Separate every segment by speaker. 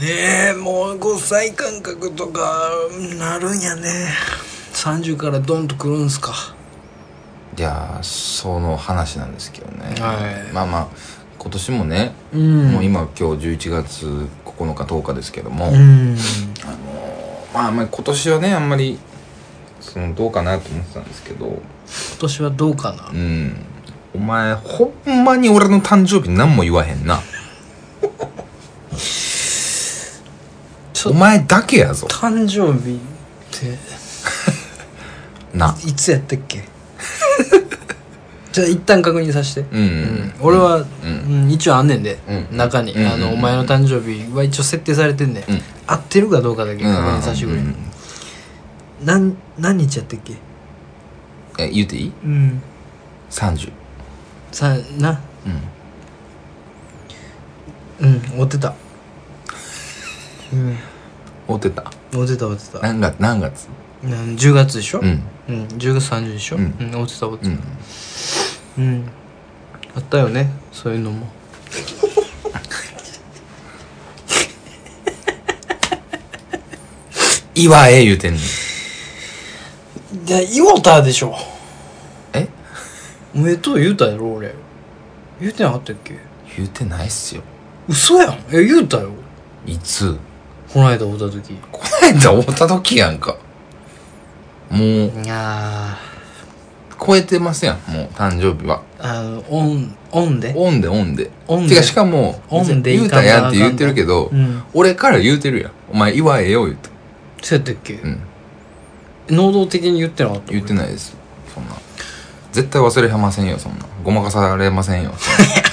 Speaker 1: ねえもう5歳感覚とかなるんやね30からドンとくるんすか
Speaker 2: いやーその話なんですけどね、
Speaker 1: はい
Speaker 2: まあまあ今年もね、
Speaker 1: うん
Speaker 2: もう今今日11月9日10日ですけども、
Speaker 1: うん
Speaker 2: まああんまり今年はねあんまりそのどうかなと思ってたんですけど
Speaker 1: 今年はどうかな
Speaker 2: うんお前ほんまに俺の誕生日何も言わへ んな
Speaker 1: ちょ
Speaker 2: お前だけやぞ
Speaker 1: 誕生日っ
Speaker 2: な
Speaker 1: ていつやったっ けじゃあ一旦確認させて
Speaker 2: うんうん
Speaker 1: 俺は、
Speaker 2: う
Speaker 1: うんん一応あんねんで、
Speaker 2: うん
Speaker 1: 中に、
Speaker 2: うん
Speaker 1: あのお前の誕生日は一応設定されてんね、ん
Speaker 2: うん
Speaker 1: 合ってるかどうかだけ確認させてくれ、
Speaker 2: うんうんうん
Speaker 1: なん何日やったっけ
Speaker 2: え言うていい
Speaker 1: うん
Speaker 2: 30
Speaker 1: さな
Speaker 2: う
Speaker 1: う
Speaker 2: ん
Speaker 1: ん追って たうん
Speaker 2: 会うてた
Speaker 1: 追ってた追ってた、
Speaker 2: 何月何月
Speaker 1: うん、10月でしょ
Speaker 2: う、ん
Speaker 1: うん10月30でしょ、
Speaker 2: う
Speaker 1: うんん追ってた追って
Speaker 2: う
Speaker 1: た
Speaker 2: ん
Speaker 1: うん、あったよねそういうのも
Speaker 2: 岩え言うてんねん
Speaker 1: いや言うたでしょ
Speaker 2: え
Speaker 1: おめでとう言うたやろ俺言うてなかったっけ
Speaker 2: 言うてないっすよ
Speaker 1: 嘘やんえ言うたよ
Speaker 2: いつ
Speaker 1: この間会った時
Speaker 2: こないだ会うた時やんかもう
Speaker 1: いやー
Speaker 2: 超えてますやんもう誕生日は
Speaker 1: あのオンオンで
Speaker 2: オンでオンで
Speaker 1: オン
Speaker 2: て
Speaker 1: で
Speaker 2: かしかも
Speaker 1: オンで
Speaker 2: 言うたやんって言ってるけど、
Speaker 1: うん
Speaker 2: 俺から言うてるやんお前岩えよ言うて
Speaker 1: そうやったっけ、
Speaker 2: うん
Speaker 1: 能動的に言ってなかった
Speaker 2: 言ってないですそんな絶対忘れはませんよそんなごまかされませんよそんな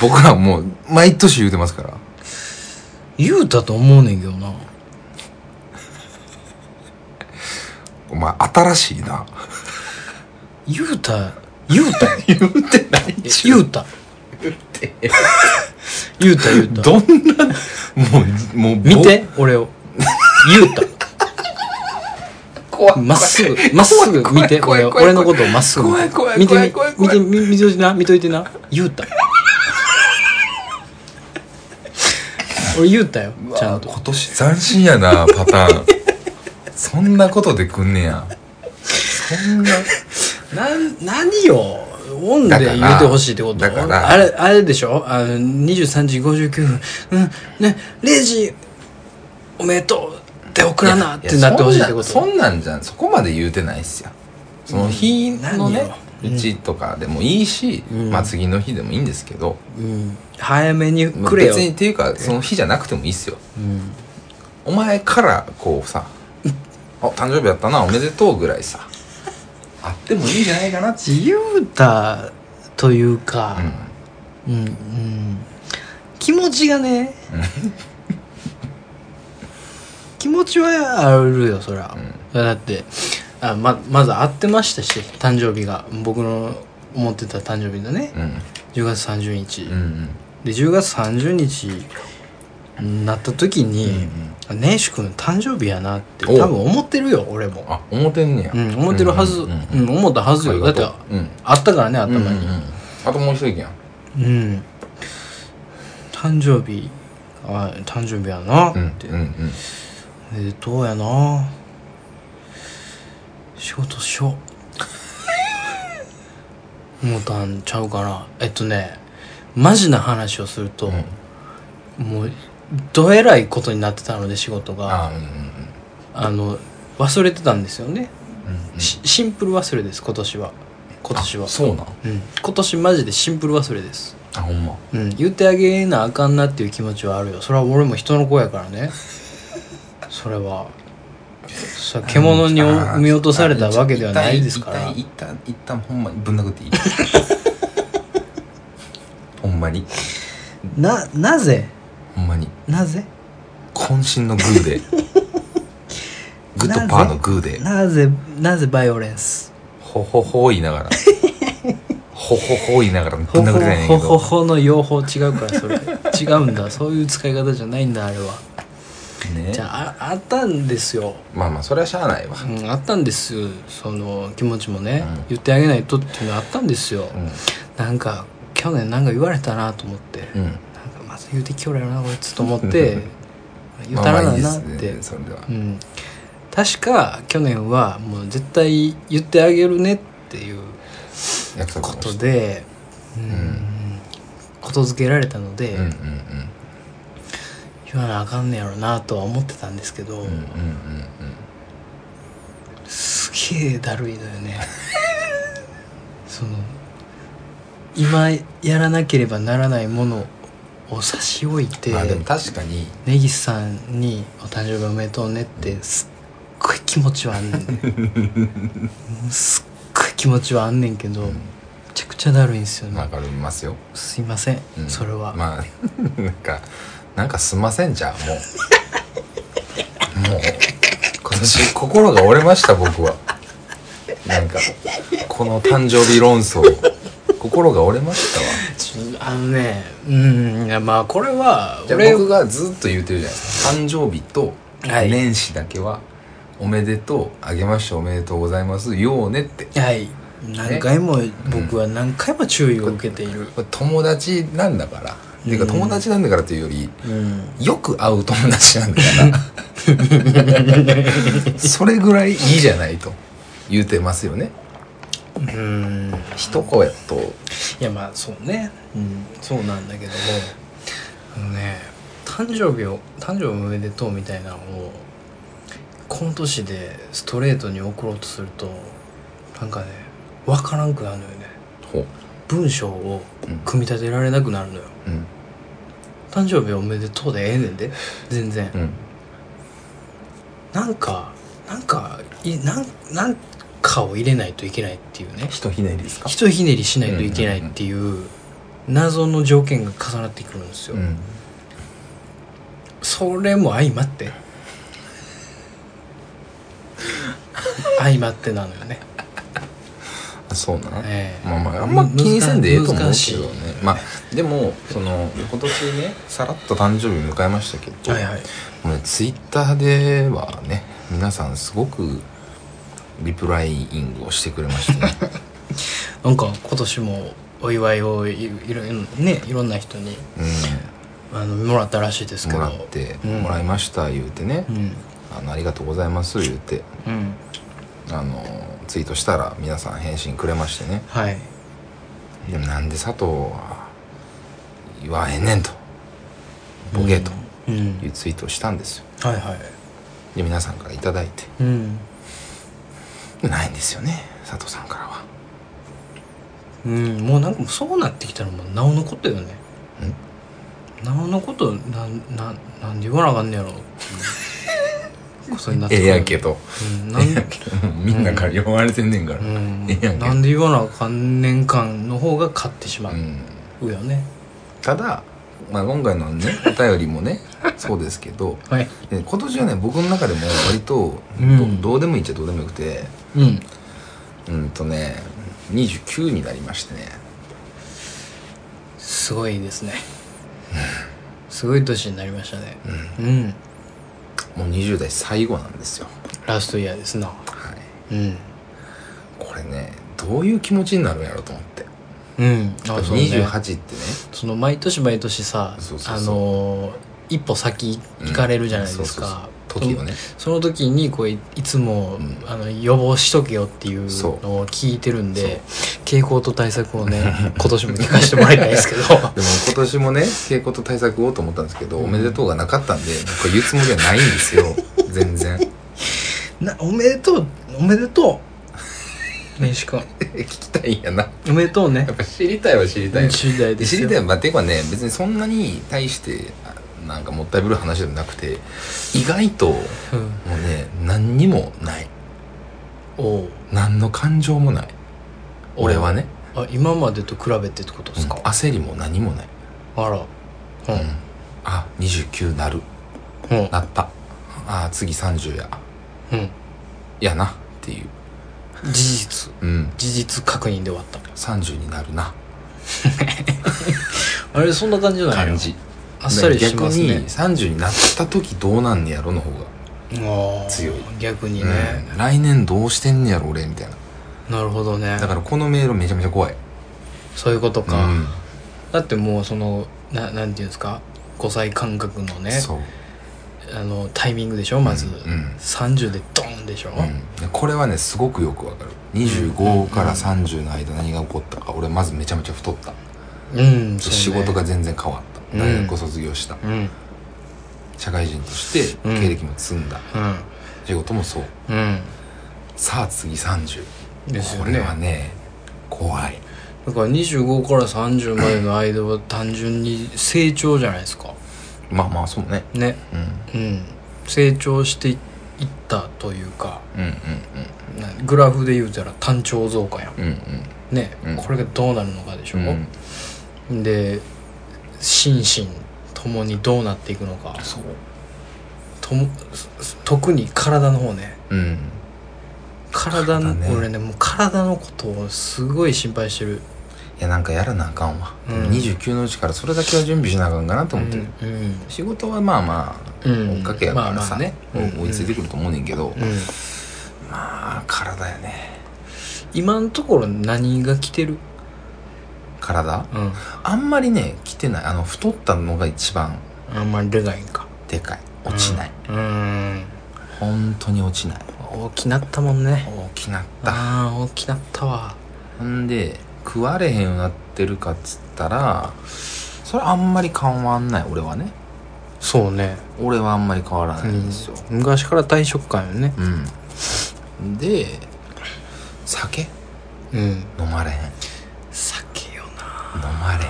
Speaker 2: 僕らもう毎年言うてますから
Speaker 1: 言うたと思うねんけどな
Speaker 2: お前新しいな
Speaker 1: 言うた言うた
Speaker 2: 言うてない
Speaker 1: 言うた言うた言うた
Speaker 2: どんなもうもう
Speaker 1: 見て俺を言うた
Speaker 2: 怖
Speaker 1: まっすぐまっすぐ見て
Speaker 2: 怖い
Speaker 1: 俺を
Speaker 2: 怖い
Speaker 1: 俺のことをまっすぐ
Speaker 2: 怖い
Speaker 1: 見て
Speaker 2: 怖い
Speaker 1: 見て
Speaker 2: 怖い怖い
Speaker 1: み見
Speaker 2: 怖い
Speaker 1: てみ見といてな見といてな言うた俺言うたよちゃんと
Speaker 2: 今年斬新やなパターンそんなことでくんねやそんな
Speaker 1: なん何よオンで言うてほしいってこと
Speaker 2: だから
Speaker 1: あれあれでしょあの23時59分うんね0時おめでとうって送らなってなってほしいってこと
Speaker 2: そんなんそんなんじゃんそこまで言うてないっすよその日のね
Speaker 1: うん
Speaker 2: うちとかでもいいし、
Speaker 1: うん
Speaker 2: まあ次の日でもいいんですけど、
Speaker 1: うん、早めに
Speaker 2: まあ
Speaker 1: くれよ、
Speaker 2: 別にっていうかその日じゃなくてもいいっすよ
Speaker 1: うん、
Speaker 2: お前からこうさ「あ誕生日やったなおめでとう」ぐらいさあってもいいんじゃないかなって
Speaker 1: 自由だというか
Speaker 2: う、ん
Speaker 1: うんうん気持ちがね気持ちはあるよそりゃ、だってあままず会ってましたし誕生日が僕の思ってた誕生日だね
Speaker 2: うん
Speaker 1: 10月30日、
Speaker 2: うんうん
Speaker 1: で10月30日になった時に「ねえし君誕生日やな」って
Speaker 2: おう
Speaker 1: 多分思ってるよ俺も
Speaker 2: あ思てんねや
Speaker 1: うん、思ってるはず、
Speaker 2: う
Speaker 1: うんん
Speaker 2: うんうん
Speaker 1: 思ったはず
Speaker 2: あり
Speaker 1: よ。だ
Speaker 2: が
Speaker 1: って
Speaker 2: と、ううん
Speaker 1: あったからね、頭
Speaker 2: うん
Speaker 1: に
Speaker 2: う。んあともう一人やん
Speaker 1: うん。誕生日、あ誕生日やなっ
Speaker 2: うん
Speaker 1: て。
Speaker 2: うんうん
Speaker 1: おめでとうやな仕事しよう。 もうたんちゃうかな。えっとね、マジな話をすると、もう、どえらいことになってたので仕事が、
Speaker 2: あうんうん
Speaker 1: あの、忘れてたんですよね。
Speaker 2: うんうん
Speaker 1: しシンプル忘れです、今年は。今年は。
Speaker 2: そうなん
Speaker 1: うん、今年マジでシンプル忘れです、
Speaker 2: あほんま
Speaker 1: うん、言ってあげなあかんなっていう気持ちはあるよそれは俺も人の子やからねそれはそれは獣に
Speaker 2: あー
Speaker 1: 産み落とされたわけではないですから
Speaker 2: 一旦一旦一旦ほんまにぶん殴っていいほんまに
Speaker 1: ななぜ
Speaker 2: ほんまに
Speaker 1: なぜ
Speaker 2: 渾身のグーでグッドパーのグーで
Speaker 1: なぜなぜバイオレンス
Speaker 2: ほほほ言いながらほほほ言いながらぶん
Speaker 1: ほ
Speaker 2: 殴りたいねん
Speaker 1: ほ
Speaker 2: け
Speaker 1: ほ
Speaker 2: ど
Speaker 1: ほの用法違うからそれ違うんだそういう使い方じゃないんだあれは
Speaker 2: ね
Speaker 1: じゃあああったんですよ
Speaker 2: まあまあそれはしゃあないわ
Speaker 1: うん、あったんですよその気持ちもね、
Speaker 2: うん
Speaker 1: 言ってあげないとっていうのあったんですよ、
Speaker 2: うん
Speaker 1: なんか去年なんか言われたなと思って、
Speaker 2: うん
Speaker 1: なんかまず言うてきよるやろなこいつと思って言うたらななっ
Speaker 2: まあまあいい
Speaker 1: て
Speaker 2: ですねそれでは
Speaker 1: うん、確か去年はもう絶対言ってあげるねっていう
Speaker 2: 約束を
Speaker 1: こ
Speaker 2: し
Speaker 1: と
Speaker 2: て
Speaker 1: で、うん
Speaker 2: ん
Speaker 1: ことづけられたので、
Speaker 2: うんうんうん
Speaker 1: 言わなあかんねやろなとは思ってたんですけど、
Speaker 2: うんうんうんうん
Speaker 1: すげえだるいのよね その今やらなければならないものを差し置いて、
Speaker 2: まあでも確かに
Speaker 1: 根岸さんに「お誕生日おめでとうね」ってすっごい気持ちはあんねんねすっごい気持ちはあんねんけど、めちゃくちゃだるいんですよね、
Speaker 2: わかりますよ、
Speaker 1: すいません、
Speaker 2: うん
Speaker 1: それは、
Speaker 2: まあ なんかなんかすんませんじゃんもうもう今年心が折れました僕はなんかこの誕生日論争心が折れましたわ
Speaker 1: ちょあのねうんいやまあこれは
Speaker 2: じゃあ
Speaker 1: 俺
Speaker 2: 僕がずっと言ってるじゃないですか誕生日と
Speaker 1: はい
Speaker 2: 年始だけは「おめでとうあげましておめでとうございますようね」って
Speaker 1: はい何回も僕は何回も注意を受けている、
Speaker 2: これ友達なんだから、ていうか友達なんだからというより
Speaker 1: うん、
Speaker 2: よく会う友達なんだか らそれぐらいいいじゃないと言うてますよね
Speaker 1: うん、
Speaker 2: 一声と
Speaker 1: いやまあそうね、うん、そうなんだけどもあのね誕生日を誕生日おめでとうみたいなのをこの年でストレートに送ろうとするとなんかね分からんくなるのよね
Speaker 2: ほ
Speaker 1: 文章を
Speaker 2: うん
Speaker 1: 組み立てられなくなるのよ、
Speaker 2: ううん
Speaker 1: 誕生日おめでとうでええねんで全然、
Speaker 2: うん
Speaker 1: なんかなんかいなんなんかを入れないといけないっていうね
Speaker 2: ひとひねりですか
Speaker 1: ひとひねりしないといけないっていう謎の条件が重なってくるんですよ、
Speaker 2: うん
Speaker 1: それも相ま って相まってなのよね
Speaker 2: あそうな、
Speaker 1: ええ
Speaker 2: まあまああんま気にせんでええと思うけど
Speaker 1: 難
Speaker 2: ね
Speaker 1: しい
Speaker 2: まあでもその今年ねさらっと誕生日迎えましたけど、
Speaker 1: はいはい
Speaker 2: もうね、ツイッターではね皆さんすごくリプライイングをしてくれましたね
Speaker 1: なんか今年もお祝いをいいろいろねいろんな人にあのもらったらしいです
Speaker 2: うん
Speaker 1: けど
Speaker 2: もらって
Speaker 1: うん
Speaker 2: もらいました言うてね、
Speaker 1: うん
Speaker 2: あのありがとうございます言うて
Speaker 1: うん
Speaker 2: あのツイートしたら皆さん返信くれましてね
Speaker 1: はい
Speaker 2: でもなんで佐藤は言わへんねんとボケと
Speaker 1: うん、
Speaker 2: いうツイートをしたんですよ
Speaker 1: はいはい
Speaker 2: で皆さんから頂いて
Speaker 1: うん
Speaker 2: ないんですよね佐藤さんからは
Speaker 1: うんもうなんかそうなってきたらもうなおのことよねなおのことなんなんなんで言わなあかんねやろっていうことになって
Speaker 2: え
Speaker 1: く
Speaker 2: え
Speaker 1: る
Speaker 2: やけど
Speaker 1: うん、なんで
Speaker 2: みんなから呼ばれてんねんから、
Speaker 1: うん
Speaker 2: ええやんけ
Speaker 1: なんで言わなあかんねん感の方が勝ってしま
Speaker 2: うん
Speaker 1: うよね、
Speaker 2: ただ、まあ、今回の ねお便りもねそうですけど
Speaker 1: はい
Speaker 2: で今年はね僕の中でも割と、
Speaker 1: うん
Speaker 2: どどうでもいいっちゃどうでもよくて
Speaker 1: うん
Speaker 2: うんとね29になりましてね
Speaker 1: すごいですねすごい年になりましたねうん、
Speaker 2: もう20代最後なんですよ
Speaker 1: ラストイヤーですな
Speaker 2: はい
Speaker 1: うん
Speaker 2: これねどういう気持ちになるんやろうと思って、
Speaker 1: うんあそうね
Speaker 2: 28ってね
Speaker 1: その毎年毎年さ
Speaker 2: そうそう
Speaker 1: あ
Speaker 2: そう
Speaker 1: のー一歩先行かれるじゃないです
Speaker 2: うんそう
Speaker 1: か、
Speaker 2: そうそう時をね
Speaker 1: その時にこういいつも、
Speaker 2: うん
Speaker 1: あの予防しとけよっていう
Speaker 2: そう
Speaker 1: のを聞いてるんで傾向と対策を ね今年も聞かせてもらいたいですけど
Speaker 2: でも今年もね傾向と対策をと思ったんですけど、
Speaker 1: うん
Speaker 2: おめでとうがなかったんで僕は言うつもりはないんです よ全然
Speaker 1: なおめでとうおめでとう名刺君
Speaker 2: 聞きたいんやな
Speaker 1: おめでとうね
Speaker 2: やっぱ知りたいは知りたい
Speaker 1: 知りたいです
Speaker 2: 知
Speaker 1: よ
Speaker 2: りたいはまあていうかね別にそんなに対してあなんかもったいぶる話でもなくて意外とも
Speaker 1: うん
Speaker 2: うね何にもない
Speaker 1: おう
Speaker 2: 何の感情もない
Speaker 1: お
Speaker 2: 俺はね、
Speaker 1: あ今までと比べてってことです
Speaker 2: うん
Speaker 1: か、
Speaker 2: 焦りも何もない、
Speaker 1: あらうん
Speaker 2: うんあ29なる
Speaker 1: うん
Speaker 2: なったあ次30や
Speaker 1: うん
Speaker 2: やなっていう
Speaker 1: 事実
Speaker 2: うん
Speaker 1: 事実確認で終わった
Speaker 2: 30になるな
Speaker 1: あれそんな感じじゃないの
Speaker 2: 感じ
Speaker 1: あっさりしてますね
Speaker 2: 逆に30になった時どうなんねやろの方が、
Speaker 1: あー
Speaker 2: 強い
Speaker 1: 逆にね、
Speaker 2: うん来年どうしてんねやろ俺みたいな
Speaker 1: なるほどね
Speaker 2: だからこのメールめちゃめちゃ怖い
Speaker 1: そういうことか、
Speaker 2: うん
Speaker 1: だってもうそのななんていうんですか5歳感覚のね
Speaker 2: そう、
Speaker 1: あのタイミングでしょまず、
Speaker 2: うんうん
Speaker 1: 30でドンでしょ、
Speaker 2: うん、これはねすごくよくわかる25から30の間何が起こったか俺まずめちゃめちゃ太った
Speaker 1: うんそうね
Speaker 2: 仕事が全然変わった
Speaker 1: うん
Speaker 2: 大学を卒業した、
Speaker 1: うん
Speaker 2: 社会人として
Speaker 1: うん
Speaker 2: 経歴も積んだ、
Speaker 1: うん
Speaker 2: 仕事もそう
Speaker 1: うん
Speaker 2: さあ次30
Speaker 1: ですよ
Speaker 2: こ
Speaker 1: ね
Speaker 2: れはね怖い
Speaker 1: だから25から30までの間は単純に成長じゃないですか
Speaker 2: まあまあそうね
Speaker 1: ね
Speaker 2: うん
Speaker 1: うん成長していったというか
Speaker 2: うんうん
Speaker 1: なグラフで言うたら単調増加やん
Speaker 2: うんうん
Speaker 1: ね、
Speaker 2: うん
Speaker 1: これがどうなるのかでしょ、
Speaker 2: うんうん
Speaker 1: で心身ともにどうなっていくのか
Speaker 2: そう
Speaker 1: とも特に体の方ね
Speaker 2: うん
Speaker 1: 体の
Speaker 2: 体ね
Speaker 1: 俺ねもう体のことをすごい心配してる
Speaker 2: いやなんかやらなあかんわ、
Speaker 1: うん
Speaker 2: でも29のうちからそれだけは準備しなあかんかなと思ってる、
Speaker 1: うん
Speaker 2: 仕事はまあまあ、
Speaker 1: うん
Speaker 2: 追っかけやから
Speaker 1: まあま
Speaker 2: さ、
Speaker 1: あねうん
Speaker 2: 追いついてくると思うねんけど、
Speaker 1: うん
Speaker 2: まあ体やね
Speaker 1: 今のところ何が来てる
Speaker 2: 体
Speaker 1: うん
Speaker 2: あんまりね来てないあの太ったのが一番
Speaker 1: あんまり出ないんか
Speaker 2: でかい落ちない、
Speaker 1: うん
Speaker 2: 本当に落ちない
Speaker 1: 大きなったもんね
Speaker 2: 大きなった
Speaker 1: ああ大きなったわ
Speaker 2: ほんで食われへんようになってるかっつったらそれあんまり変わんない俺はね
Speaker 1: そうね、
Speaker 2: 俺はあんまり変わらないんですよ
Speaker 1: 昔から大食感よね
Speaker 2: うん、で酒
Speaker 1: うん
Speaker 2: 飲まれへん
Speaker 1: 酒よな
Speaker 2: 飲まれ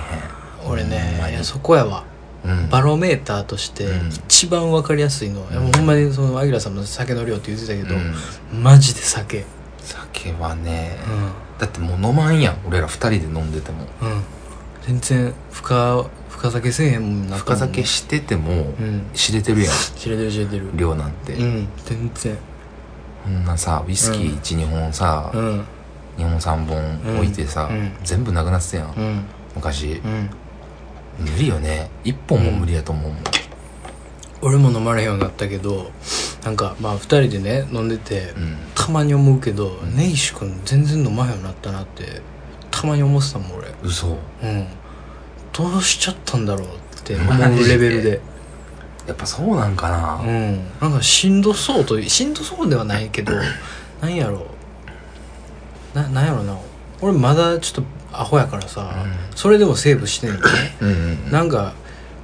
Speaker 1: 俺
Speaker 2: ほんま
Speaker 1: ね
Speaker 2: に
Speaker 1: いやそこやわ
Speaker 2: へん、うん、
Speaker 1: バロメーターとして
Speaker 2: うん
Speaker 1: 一番わかりやすいのは、いや
Speaker 2: うん
Speaker 1: もうほんまにそのアキラさんの酒の量って言ってたけど、
Speaker 2: うん
Speaker 1: マジで酒
Speaker 2: 酒はね、
Speaker 1: う
Speaker 2: だってもう飲まんやん俺ら二人で飲んでて
Speaker 1: んう
Speaker 2: も
Speaker 1: ん全然深深酒せえへんもんな
Speaker 2: 深酒してても
Speaker 1: うん
Speaker 2: 知れてるや
Speaker 1: 知れてる知れてる
Speaker 2: ん量なんて、
Speaker 1: うん全然
Speaker 2: こんなさウイスキー12、本さ、
Speaker 1: うん
Speaker 2: 日本3本置いてさ、
Speaker 1: うん
Speaker 2: 全部なくなってたやん、
Speaker 1: うん
Speaker 2: 昔
Speaker 1: うん
Speaker 2: 無理よね1本も無理やと思うもん、
Speaker 1: 俺も飲まれへんようになったけどなんかまあ2人でね飲んでて、
Speaker 2: うん
Speaker 1: たまに思うけど、根岸君全然飲まへんようになったなってたまに思ってたもん俺
Speaker 2: 嘘
Speaker 1: うんどうしちゃったんだろうって思
Speaker 2: マジ
Speaker 1: う
Speaker 2: で
Speaker 1: レベルで
Speaker 2: やっぱそうなんかな、
Speaker 1: うんなんかしんどそうとしんどそうではない けどなんやろうななんやろな俺まだちょっとアホやからさ、
Speaker 2: う
Speaker 1: それでもセーブしてんの ね
Speaker 2: うんうん
Speaker 1: なんか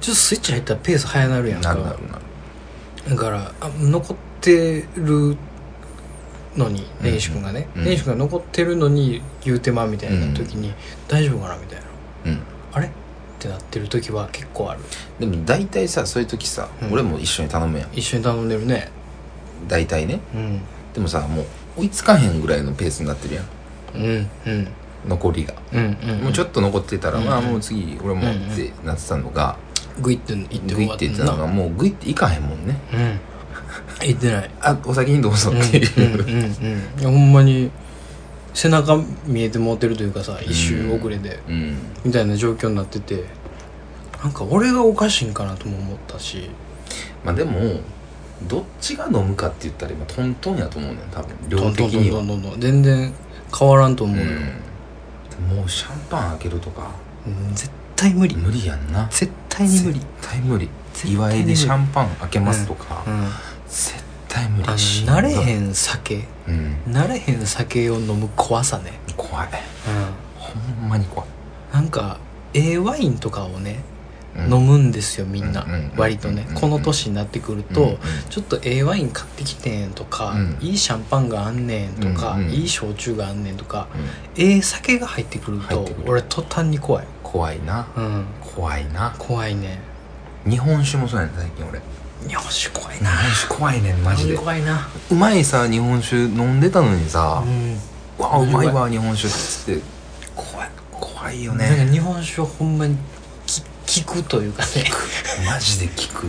Speaker 1: ちょっとスイッチ入ったらペース早なるやん
Speaker 2: な
Speaker 1: か
Speaker 2: るなるな
Speaker 1: だ
Speaker 2: る
Speaker 1: からあ残ってるのに
Speaker 2: うん
Speaker 1: 根岸君がね
Speaker 2: うん
Speaker 1: 根岸君が残ってるのに言うてまみたいな時に、大丈夫かなみたいな
Speaker 2: うん
Speaker 1: あれってなってる時は結構ある
Speaker 2: でも大体さそういう時さ、
Speaker 1: うん
Speaker 2: 俺も一緒に頼むやん
Speaker 1: 一緒に頼んでるね
Speaker 2: 大体ね
Speaker 1: うん
Speaker 2: でもさもう追いつかへんぐらいのペースになってるやん
Speaker 1: うんうん
Speaker 2: 残りが、
Speaker 1: うんうん
Speaker 2: もうちょ
Speaker 1: っ
Speaker 2: っと残ってたら、
Speaker 1: うん
Speaker 2: まあもう次俺もってなってたのが、
Speaker 1: とグイって行って
Speaker 2: グ
Speaker 1: 終
Speaker 2: イ
Speaker 1: わ
Speaker 2: っ
Speaker 1: ってて
Speaker 2: 言
Speaker 1: ん
Speaker 2: ってたのが
Speaker 1: な
Speaker 2: もうグイっていかへんもんね
Speaker 1: うん行ってない
Speaker 2: あお先にどうぞ
Speaker 1: うん
Speaker 2: っていう、
Speaker 1: うんうん うんいやほんまに背中見えてもうてるというかさ一周遅れで
Speaker 2: うん
Speaker 1: みたいな状況になっててなんか俺がおかしいんかなとも思ったし
Speaker 2: まあでもどっちが飲むかって言ったら今トントンやと思うねん多分量
Speaker 1: どん
Speaker 2: 的
Speaker 1: どんど
Speaker 2: に
Speaker 1: ん
Speaker 2: は
Speaker 1: どんどんどん全然変わらんと思うよ、
Speaker 2: うんもうシャンパン開けるとか
Speaker 1: うん絶対無理
Speaker 2: 無理やんな
Speaker 1: 絶対に無理
Speaker 2: 絶対無理
Speaker 1: 絶対無理
Speaker 2: 祝いでシャンパン開けますとか、
Speaker 1: うんあ
Speaker 2: 絶対無理
Speaker 1: の
Speaker 2: し
Speaker 1: 慣れへ
Speaker 2: ん、
Speaker 1: ん酒
Speaker 2: うん、
Speaker 1: 慣れへん酒を飲む怖さね、
Speaker 2: 怖い
Speaker 1: うん、
Speaker 2: ほんまに怖い、
Speaker 1: なんか A ワインとかをね
Speaker 2: うん
Speaker 1: 飲むんですよみんな
Speaker 2: うんうんうん
Speaker 1: 割とね
Speaker 2: うんうん
Speaker 1: この年になってくる
Speaker 2: うんうん
Speaker 1: とちょっと A ワイン買ってきてんとか
Speaker 2: うん
Speaker 1: いいシャンパンがあんねんとか
Speaker 2: うんうん
Speaker 1: いい焼酎があんねんとか
Speaker 2: うん
Speaker 1: A 酒が入ってくる
Speaker 2: 入っ
Speaker 1: と
Speaker 2: てくる
Speaker 1: 俺途端に怖い
Speaker 2: 怖いな
Speaker 1: うん
Speaker 2: 怖いな
Speaker 1: 怖いね
Speaker 2: 日本酒もそうやねん最近俺
Speaker 1: 日本酒怖い
Speaker 2: 日
Speaker 1: な
Speaker 2: 本酒怖いねんマジで
Speaker 1: 怖いな
Speaker 2: うまいさ日本酒飲んでたのにさ、
Speaker 1: うん
Speaker 2: わあうまいう
Speaker 1: ま
Speaker 2: わ日本酒っつって怖い怖いよ
Speaker 1: なん
Speaker 2: ね
Speaker 1: か日本酒はほんまにき効くというかね
Speaker 2: マジで効く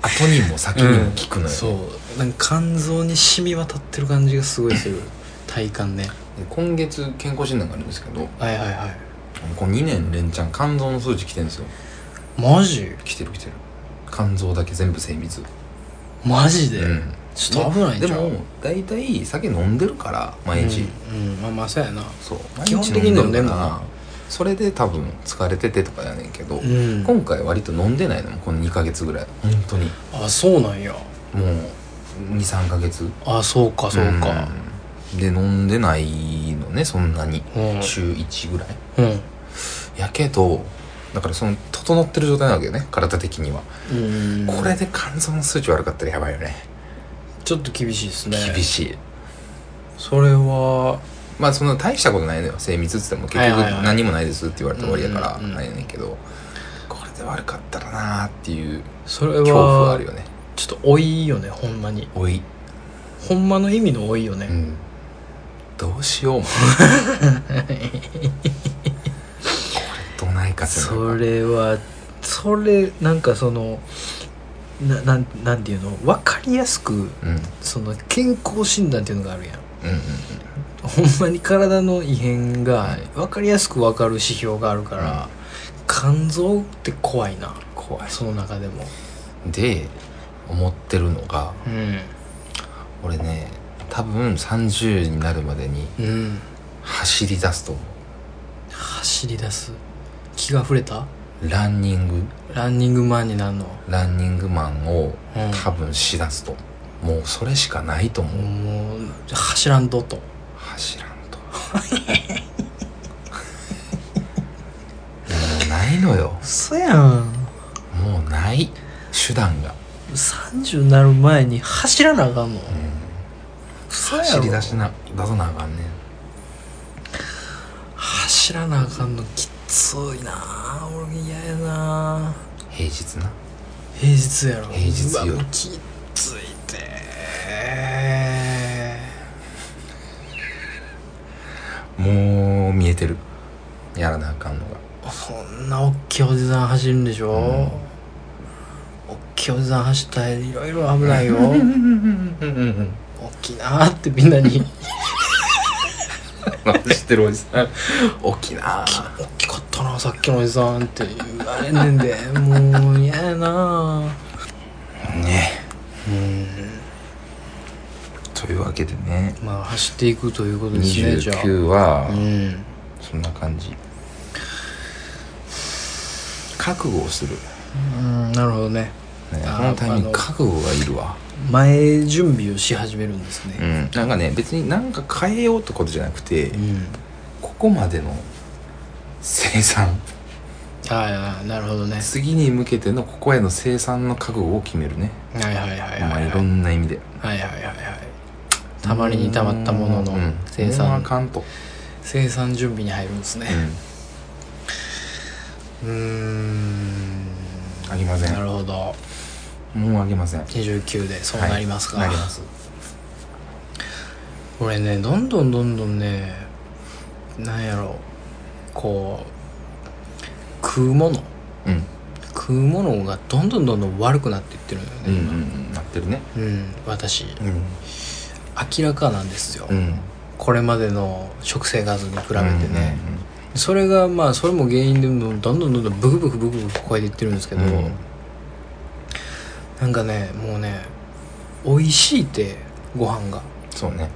Speaker 2: 後にも先にも効くのよ、
Speaker 1: そうなんか肝臓に染み渡ってる感じがすごいする体感ね
Speaker 2: で今月健康診断があるんですけど
Speaker 1: はいはいはい
Speaker 2: こう2年連チャン肝臓の数値来てるんですよ
Speaker 1: マジ
Speaker 2: 来てる来てる肝臓だけ全部精密
Speaker 1: マジで、
Speaker 2: うん
Speaker 1: ちょっと危ないん
Speaker 2: で
Speaker 1: ちゃう
Speaker 2: も大体酒飲んでるから毎日、
Speaker 1: うん、うんまあまあそうやな
Speaker 2: そう
Speaker 1: 基本的には
Speaker 2: 毎日飲んでる
Speaker 1: 飲んでんの
Speaker 2: か
Speaker 1: か
Speaker 2: それで多分疲れててとかやねんけど、
Speaker 1: うん
Speaker 2: 今回割と飲んでないのもこの2ヶ月ぐらい本当に
Speaker 1: あそうなんや
Speaker 2: もう23ヶ月
Speaker 1: あそうかそうか、
Speaker 2: うんで飲んでないのねそんなに、
Speaker 1: うん
Speaker 2: 週1ぐらい
Speaker 1: うん
Speaker 2: やけどだからその整ってる状態なわけよね体的には、
Speaker 1: うん
Speaker 2: これで肝臓の数値悪かったらやばいよね
Speaker 1: ちょっと厳しいですね
Speaker 2: 厳しい
Speaker 1: それは
Speaker 2: まあその大したことないのよ精密っつっても結
Speaker 1: はい
Speaker 2: 局
Speaker 1: はいはい
Speaker 2: 何もないですって言われて終わりやから
Speaker 1: うんうんうん
Speaker 2: ないねんけどこれで悪かったらなーっていう
Speaker 1: それは
Speaker 2: 恐怖はあるよね
Speaker 1: ちょっと老いよねほんまに
Speaker 2: おい、
Speaker 1: ほんまの意味の老いよね、
Speaker 2: うん、どうしようもこれどないかせな
Speaker 1: それはそれなんかそのななんなんていうの分かりやすく
Speaker 2: うんうん
Speaker 1: その健康診断っていうのがあるやん
Speaker 2: うんうん
Speaker 1: ほんまに体の異変
Speaker 2: は
Speaker 1: が
Speaker 2: い
Speaker 1: 分かりやすく分かる指標があるから、肝臓って怖いな怖いその中でも
Speaker 2: で思ってるのが
Speaker 1: うん
Speaker 2: 俺ね多分30になるまでに
Speaker 1: うん
Speaker 2: 走り出すと思
Speaker 1: 走り出す気が触れた
Speaker 2: うランニング
Speaker 1: ランニングマンになるの
Speaker 2: ランニングマンを
Speaker 1: うん
Speaker 2: 多分しだすと思う、もうそれしかないと思う、
Speaker 1: もう走らんとと
Speaker 2: 走らんともうないのよ
Speaker 1: 嘘やん
Speaker 2: もうない手段が、
Speaker 1: 30になる前に走らなあかんの嘘やろ
Speaker 2: 走り出しな出さなあかんねん
Speaker 1: 走らなあかんのきついなあ俺嫌やなあ
Speaker 2: 平日な
Speaker 1: 平日やろ
Speaker 2: 平日よ
Speaker 1: うわもうきっついて
Speaker 2: もう見えてるやらなあかんのが
Speaker 1: そんなおっきいおじさん走るんでしょ、おっきいおじさん走ったらいろいろ危ないよ
Speaker 2: うんうんうんうんうん
Speaker 1: おっきいなあってみんなに
Speaker 2: 知ってるおじさん大きな
Speaker 1: 大きかったなさっきのおじさんって言われんねんでもう嫌やな
Speaker 2: ねうんというわけでね
Speaker 1: まあ走っていくということですねじゃあ
Speaker 2: 29は
Speaker 1: うん
Speaker 2: そんな感じ覚悟をする、
Speaker 1: うんなるほどね
Speaker 2: ね、
Speaker 1: あー
Speaker 2: このタイミ
Speaker 1: あ
Speaker 2: ング
Speaker 1: の
Speaker 2: 覚悟がいるわ
Speaker 1: 前準備をし始めるんです
Speaker 2: う
Speaker 1: ね
Speaker 2: んなんかね別になんか変えようってことじゃなくて
Speaker 1: うん
Speaker 2: ここまでの生産
Speaker 1: はいはいなるほどね
Speaker 2: 次に向けてのここへの生産の覚悟を決めるね
Speaker 1: はいはいはい
Speaker 2: ま
Speaker 1: は
Speaker 2: あ
Speaker 1: い
Speaker 2: い
Speaker 1: は
Speaker 2: ろ
Speaker 1: い
Speaker 2: んな意味で
Speaker 1: はいはいはいはいたまりにたまったものの
Speaker 2: うん
Speaker 1: 生
Speaker 2: もうあ
Speaker 1: 産
Speaker 2: かんと、
Speaker 1: 生産準備に入るんですね
Speaker 2: う
Speaker 1: うーん
Speaker 2: ん、ありません
Speaker 1: なるほど
Speaker 2: もうあげません
Speaker 1: 29でそうなりますか、
Speaker 2: はいなります
Speaker 1: これねどんどんどんどんねなんやろこう食うもの
Speaker 2: うん
Speaker 1: 食うものがどんどんどんどん悪くなっていってるのよ
Speaker 2: うんう
Speaker 1: ね
Speaker 2: んうんなってるね
Speaker 1: うん、私
Speaker 2: うん
Speaker 1: 明らかなんですよ、
Speaker 2: うん
Speaker 1: これまでの食生活に比べてね、
Speaker 2: うんうん
Speaker 1: それがまあそれも原因でもどんどんどんどんブクブクブクブク超えていってるんですけど、
Speaker 2: うん
Speaker 1: なんかねもうね美味しいってご飯が
Speaker 2: そうね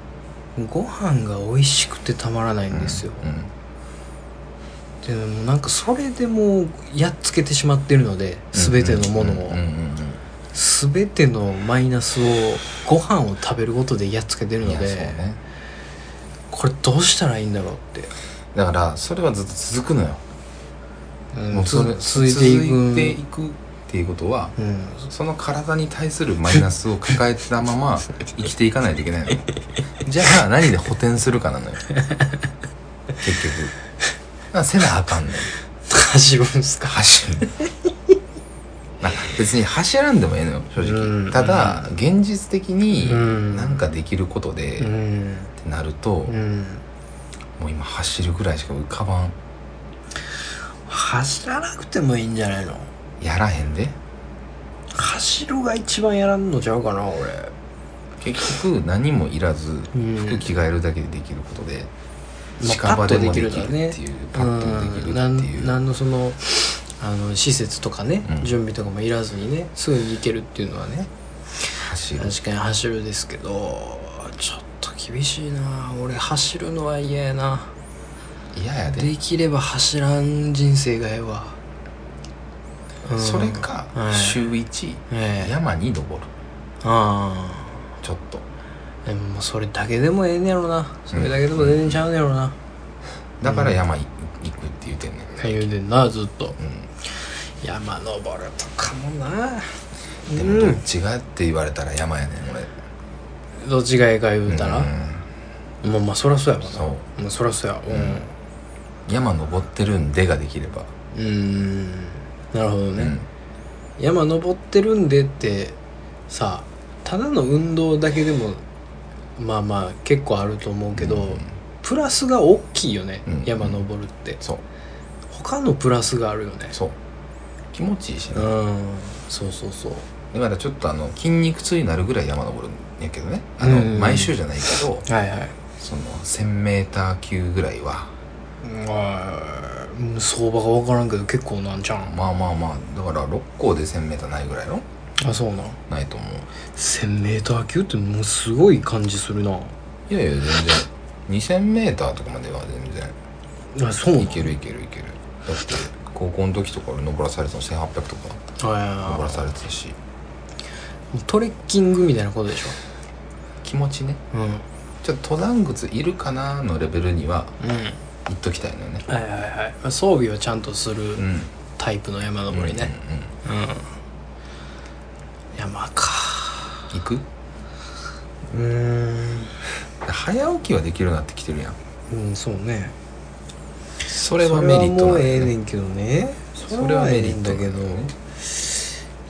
Speaker 1: ご飯が美味しくてたまらないんですよ、
Speaker 2: うん
Speaker 1: でもなんかそれでもうやっつけてしまってるので全てのものを
Speaker 2: うんうんうん
Speaker 1: 全てのマイナスをご飯を食べることでやっつけて
Speaker 2: う
Speaker 1: る
Speaker 2: んい
Speaker 1: の
Speaker 2: やそう
Speaker 1: で
Speaker 2: ね
Speaker 1: これどうしたらいいんだろうって
Speaker 2: だからそれはずっと続くのよ
Speaker 1: うん
Speaker 2: もうそれ
Speaker 1: つ続いていく
Speaker 2: 続いていくっていうことは
Speaker 1: うん
Speaker 2: その体に対するマイナスを抱えてた まま生きていかないといけないの よじゃあ何で補填するか なのよ結局あせなあかんねん
Speaker 1: 走るんですか
Speaker 2: 走るまあ別に走らんでもええのよ正直、
Speaker 1: うん
Speaker 2: ただ現実的に
Speaker 1: うん
Speaker 2: なんかできることで、
Speaker 1: う
Speaker 2: っ
Speaker 1: ん
Speaker 2: てなると、
Speaker 1: う
Speaker 2: も
Speaker 1: ん
Speaker 2: う今走るぐらいしか浮かばん
Speaker 1: 走らなくてもいいんじゃないの
Speaker 2: やらへんで
Speaker 1: 走るが一番やらんのちゃうかな俺
Speaker 2: 結局何もいらず
Speaker 1: ん
Speaker 2: 服着替えるだけでできることで、
Speaker 1: まあ
Speaker 2: 近場でもできるって
Speaker 1: パッとでき
Speaker 2: い
Speaker 1: る
Speaker 2: うパッともできるっていう、
Speaker 1: なんなんのそのあの施設とかね、
Speaker 2: うん
Speaker 1: 準備とかもいらずにねすぐに行けるっていうのはね
Speaker 2: 走る
Speaker 1: 確かに走るですけどちょっと厳しいな俺走るのは嫌やな
Speaker 2: 嫌やで
Speaker 1: できれば走らん人生がええわ、うん
Speaker 2: それか、
Speaker 1: はい
Speaker 2: 週1
Speaker 1: ええ
Speaker 2: 山に登る
Speaker 1: あ
Speaker 2: ちょっと
Speaker 1: あでももうそれだけでもええねやろなそれだけでも全然ちゃうねやろな、
Speaker 2: だから山い行くって言うてんねん、うん
Speaker 1: 言うてんなずっと山登るとかもな
Speaker 2: でもどっちがって言われたら山やねん俺
Speaker 1: どっちがええか言うたら、
Speaker 2: うん
Speaker 1: もうまあそらそうやわな
Speaker 2: そう
Speaker 1: もうそらそうや
Speaker 2: 山登ってるんでができれば、
Speaker 1: うんうんなるほど
Speaker 2: う
Speaker 1: ね、
Speaker 2: ん、
Speaker 1: 山登ってるんでってさただの運動だけでもまあまあ結構あると思うけど、
Speaker 2: うん
Speaker 1: プラスが大きいよね、
Speaker 2: うん
Speaker 1: 山登るって
Speaker 2: そう
Speaker 1: 他のプラスがあるよね
Speaker 2: そう気持ちいいし
Speaker 1: う
Speaker 2: ね、
Speaker 1: んそうそうそう
Speaker 2: だからちょっとあの筋肉痛になるぐらい山登るんやけどねあの、
Speaker 1: うん
Speaker 2: 毎週じゃないけど
Speaker 1: はいはい
Speaker 2: その 1000m 級ぐらいは
Speaker 1: あーうん相場が分からんけど結構なんちゃうん
Speaker 2: まあまあまあだから六甲で 1000m ないぐらいの
Speaker 1: あそうなん
Speaker 2: ないと思う
Speaker 1: 1000m 級ってもうすごい感じするない
Speaker 2: やいや全然 2000m とかまでは全然
Speaker 1: あそうなん
Speaker 2: いけるいけるいけるだって高校の時とか俺登らされてたの1800とか
Speaker 1: あ
Speaker 2: 登らされてたし
Speaker 1: ーもうトレッキングみたいなことでしょ
Speaker 2: 気持ちね
Speaker 1: うんうん
Speaker 2: ちょっと登山靴いるかなのレベルには行っときたいのよね
Speaker 1: はいはいはいまあ装備をちゃんとする
Speaker 2: うん
Speaker 1: タイプの山登りね
Speaker 2: うんうん
Speaker 1: うん、山か
Speaker 2: 行く
Speaker 1: うーん
Speaker 2: 早起きはできるようになってきてるやん
Speaker 1: うんそうね
Speaker 2: それはメリット
Speaker 1: それはもうん
Speaker 2: なだ
Speaker 1: ええ
Speaker 2: よ
Speaker 1: ね
Speaker 2: ね
Speaker 1: んけどね
Speaker 2: それはメリット
Speaker 1: それはええねんだけど
Speaker 2: なんだよね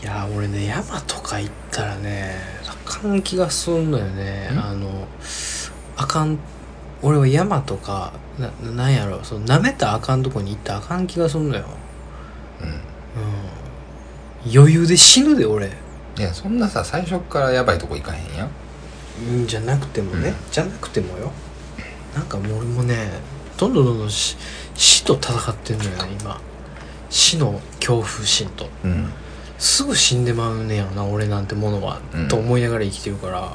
Speaker 1: いや俺ね山とか行ったらねあかん気がすんのよね
Speaker 2: ん
Speaker 1: あのあかん俺は山とかななんやろその舐めたらあかんとこに行ったらあかん気がすんのよ、うん、余裕で死ぬで俺
Speaker 2: いやそんなさ最初っからやばいとこ行かへんやん
Speaker 1: うんじゃなくてもね、
Speaker 2: うん
Speaker 1: じゃなくてもよなんかもう俺もねどんどんどんどん死死と戦ってんのよね今死の恐怖心と
Speaker 2: うん
Speaker 1: すぐ死んでまうねやろな俺なんてものは、
Speaker 2: うん
Speaker 1: と思いながら生きてるから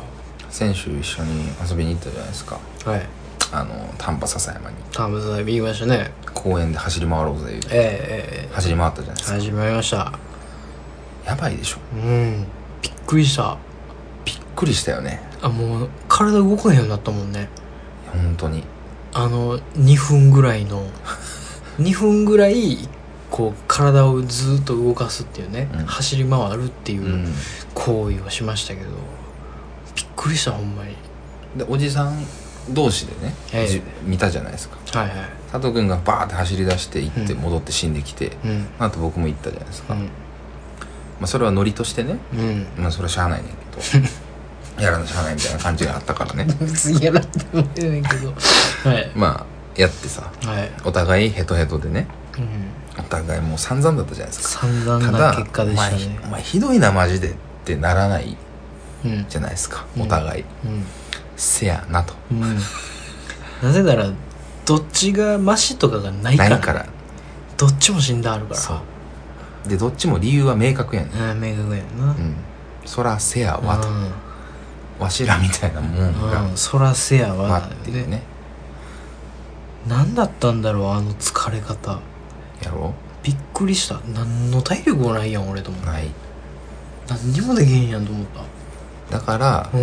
Speaker 2: 先週一緒に遊びに行ったじゃないですか
Speaker 1: はい
Speaker 2: あの丹波篠山に
Speaker 1: タームズダイビングましたね
Speaker 2: 公園で走り回ろうぜ言うて
Speaker 1: えええええ
Speaker 2: 走り回ったじゃないで
Speaker 1: え
Speaker 2: すか、
Speaker 1: 始まりました
Speaker 2: やばいでしょ
Speaker 1: うんびっくりした
Speaker 2: びっくりしたよね
Speaker 1: あもう体動かへんようになったもんね
Speaker 2: 本当に
Speaker 1: あの2分ぐらいの 2分ぐらいこう体をずっと動かすっていうね、
Speaker 2: うん
Speaker 1: 走り回るっていううん行為をしましたけど、びっくりしたほんまに
Speaker 2: でおじさん同士でね、
Speaker 1: ええ
Speaker 2: じ見たじゃないですか
Speaker 1: はいはい
Speaker 2: 佐藤君がバーって走り出して行って
Speaker 1: うん
Speaker 2: 戻って死んできて、
Speaker 1: うん
Speaker 2: あと僕も行ったじゃないですか、
Speaker 1: うん
Speaker 2: まあ、それはノリとしてね
Speaker 1: うん
Speaker 2: まあそれはしゃあないねんけどやらなしゃあないみたいな感じがあったからね
Speaker 1: 別にやらんでもええねんけどはい
Speaker 2: まあやってさ
Speaker 1: はい、
Speaker 2: お互いヘトヘトでね
Speaker 1: うん、
Speaker 2: お互いもう散々だったじゃないですか
Speaker 1: 散々
Speaker 2: た
Speaker 1: な
Speaker 2: だ
Speaker 1: 結果でした
Speaker 2: お前
Speaker 1: ね
Speaker 2: お前ひどいなマジでってならない
Speaker 1: うんうん
Speaker 2: じゃないですか
Speaker 1: うん
Speaker 2: お互い、せやなと
Speaker 1: うん、うん、なぜならどっちがマシとかがないか
Speaker 2: な
Speaker 1: ら
Speaker 2: いから
Speaker 1: どっちも死んだあるから
Speaker 2: そうでどっちも理由は明確やねん、
Speaker 1: ああ明確やんな、
Speaker 2: うん、そらせやわと
Speaker 1: うん
Speaker 2: わしらみたいなもんが
Speaker 1: うん、そらせやわ
Speaker 2: ま
Speaker 1: だよ
Speaker 2: あってい
Speaker 1: ね
Speaker 2: うね
Speaker 1: 何だったんだろうあの疲れ方
Speaker 2: やろ
Speaker 1: びっくりした何の体力もないやん俺と思っ
Speaker 2: う
Speaker 1: て
Speaker 2: ない
Speaker 1: 何にもできへんやんと思っ
Speaker 2: だから
Speaker 1: た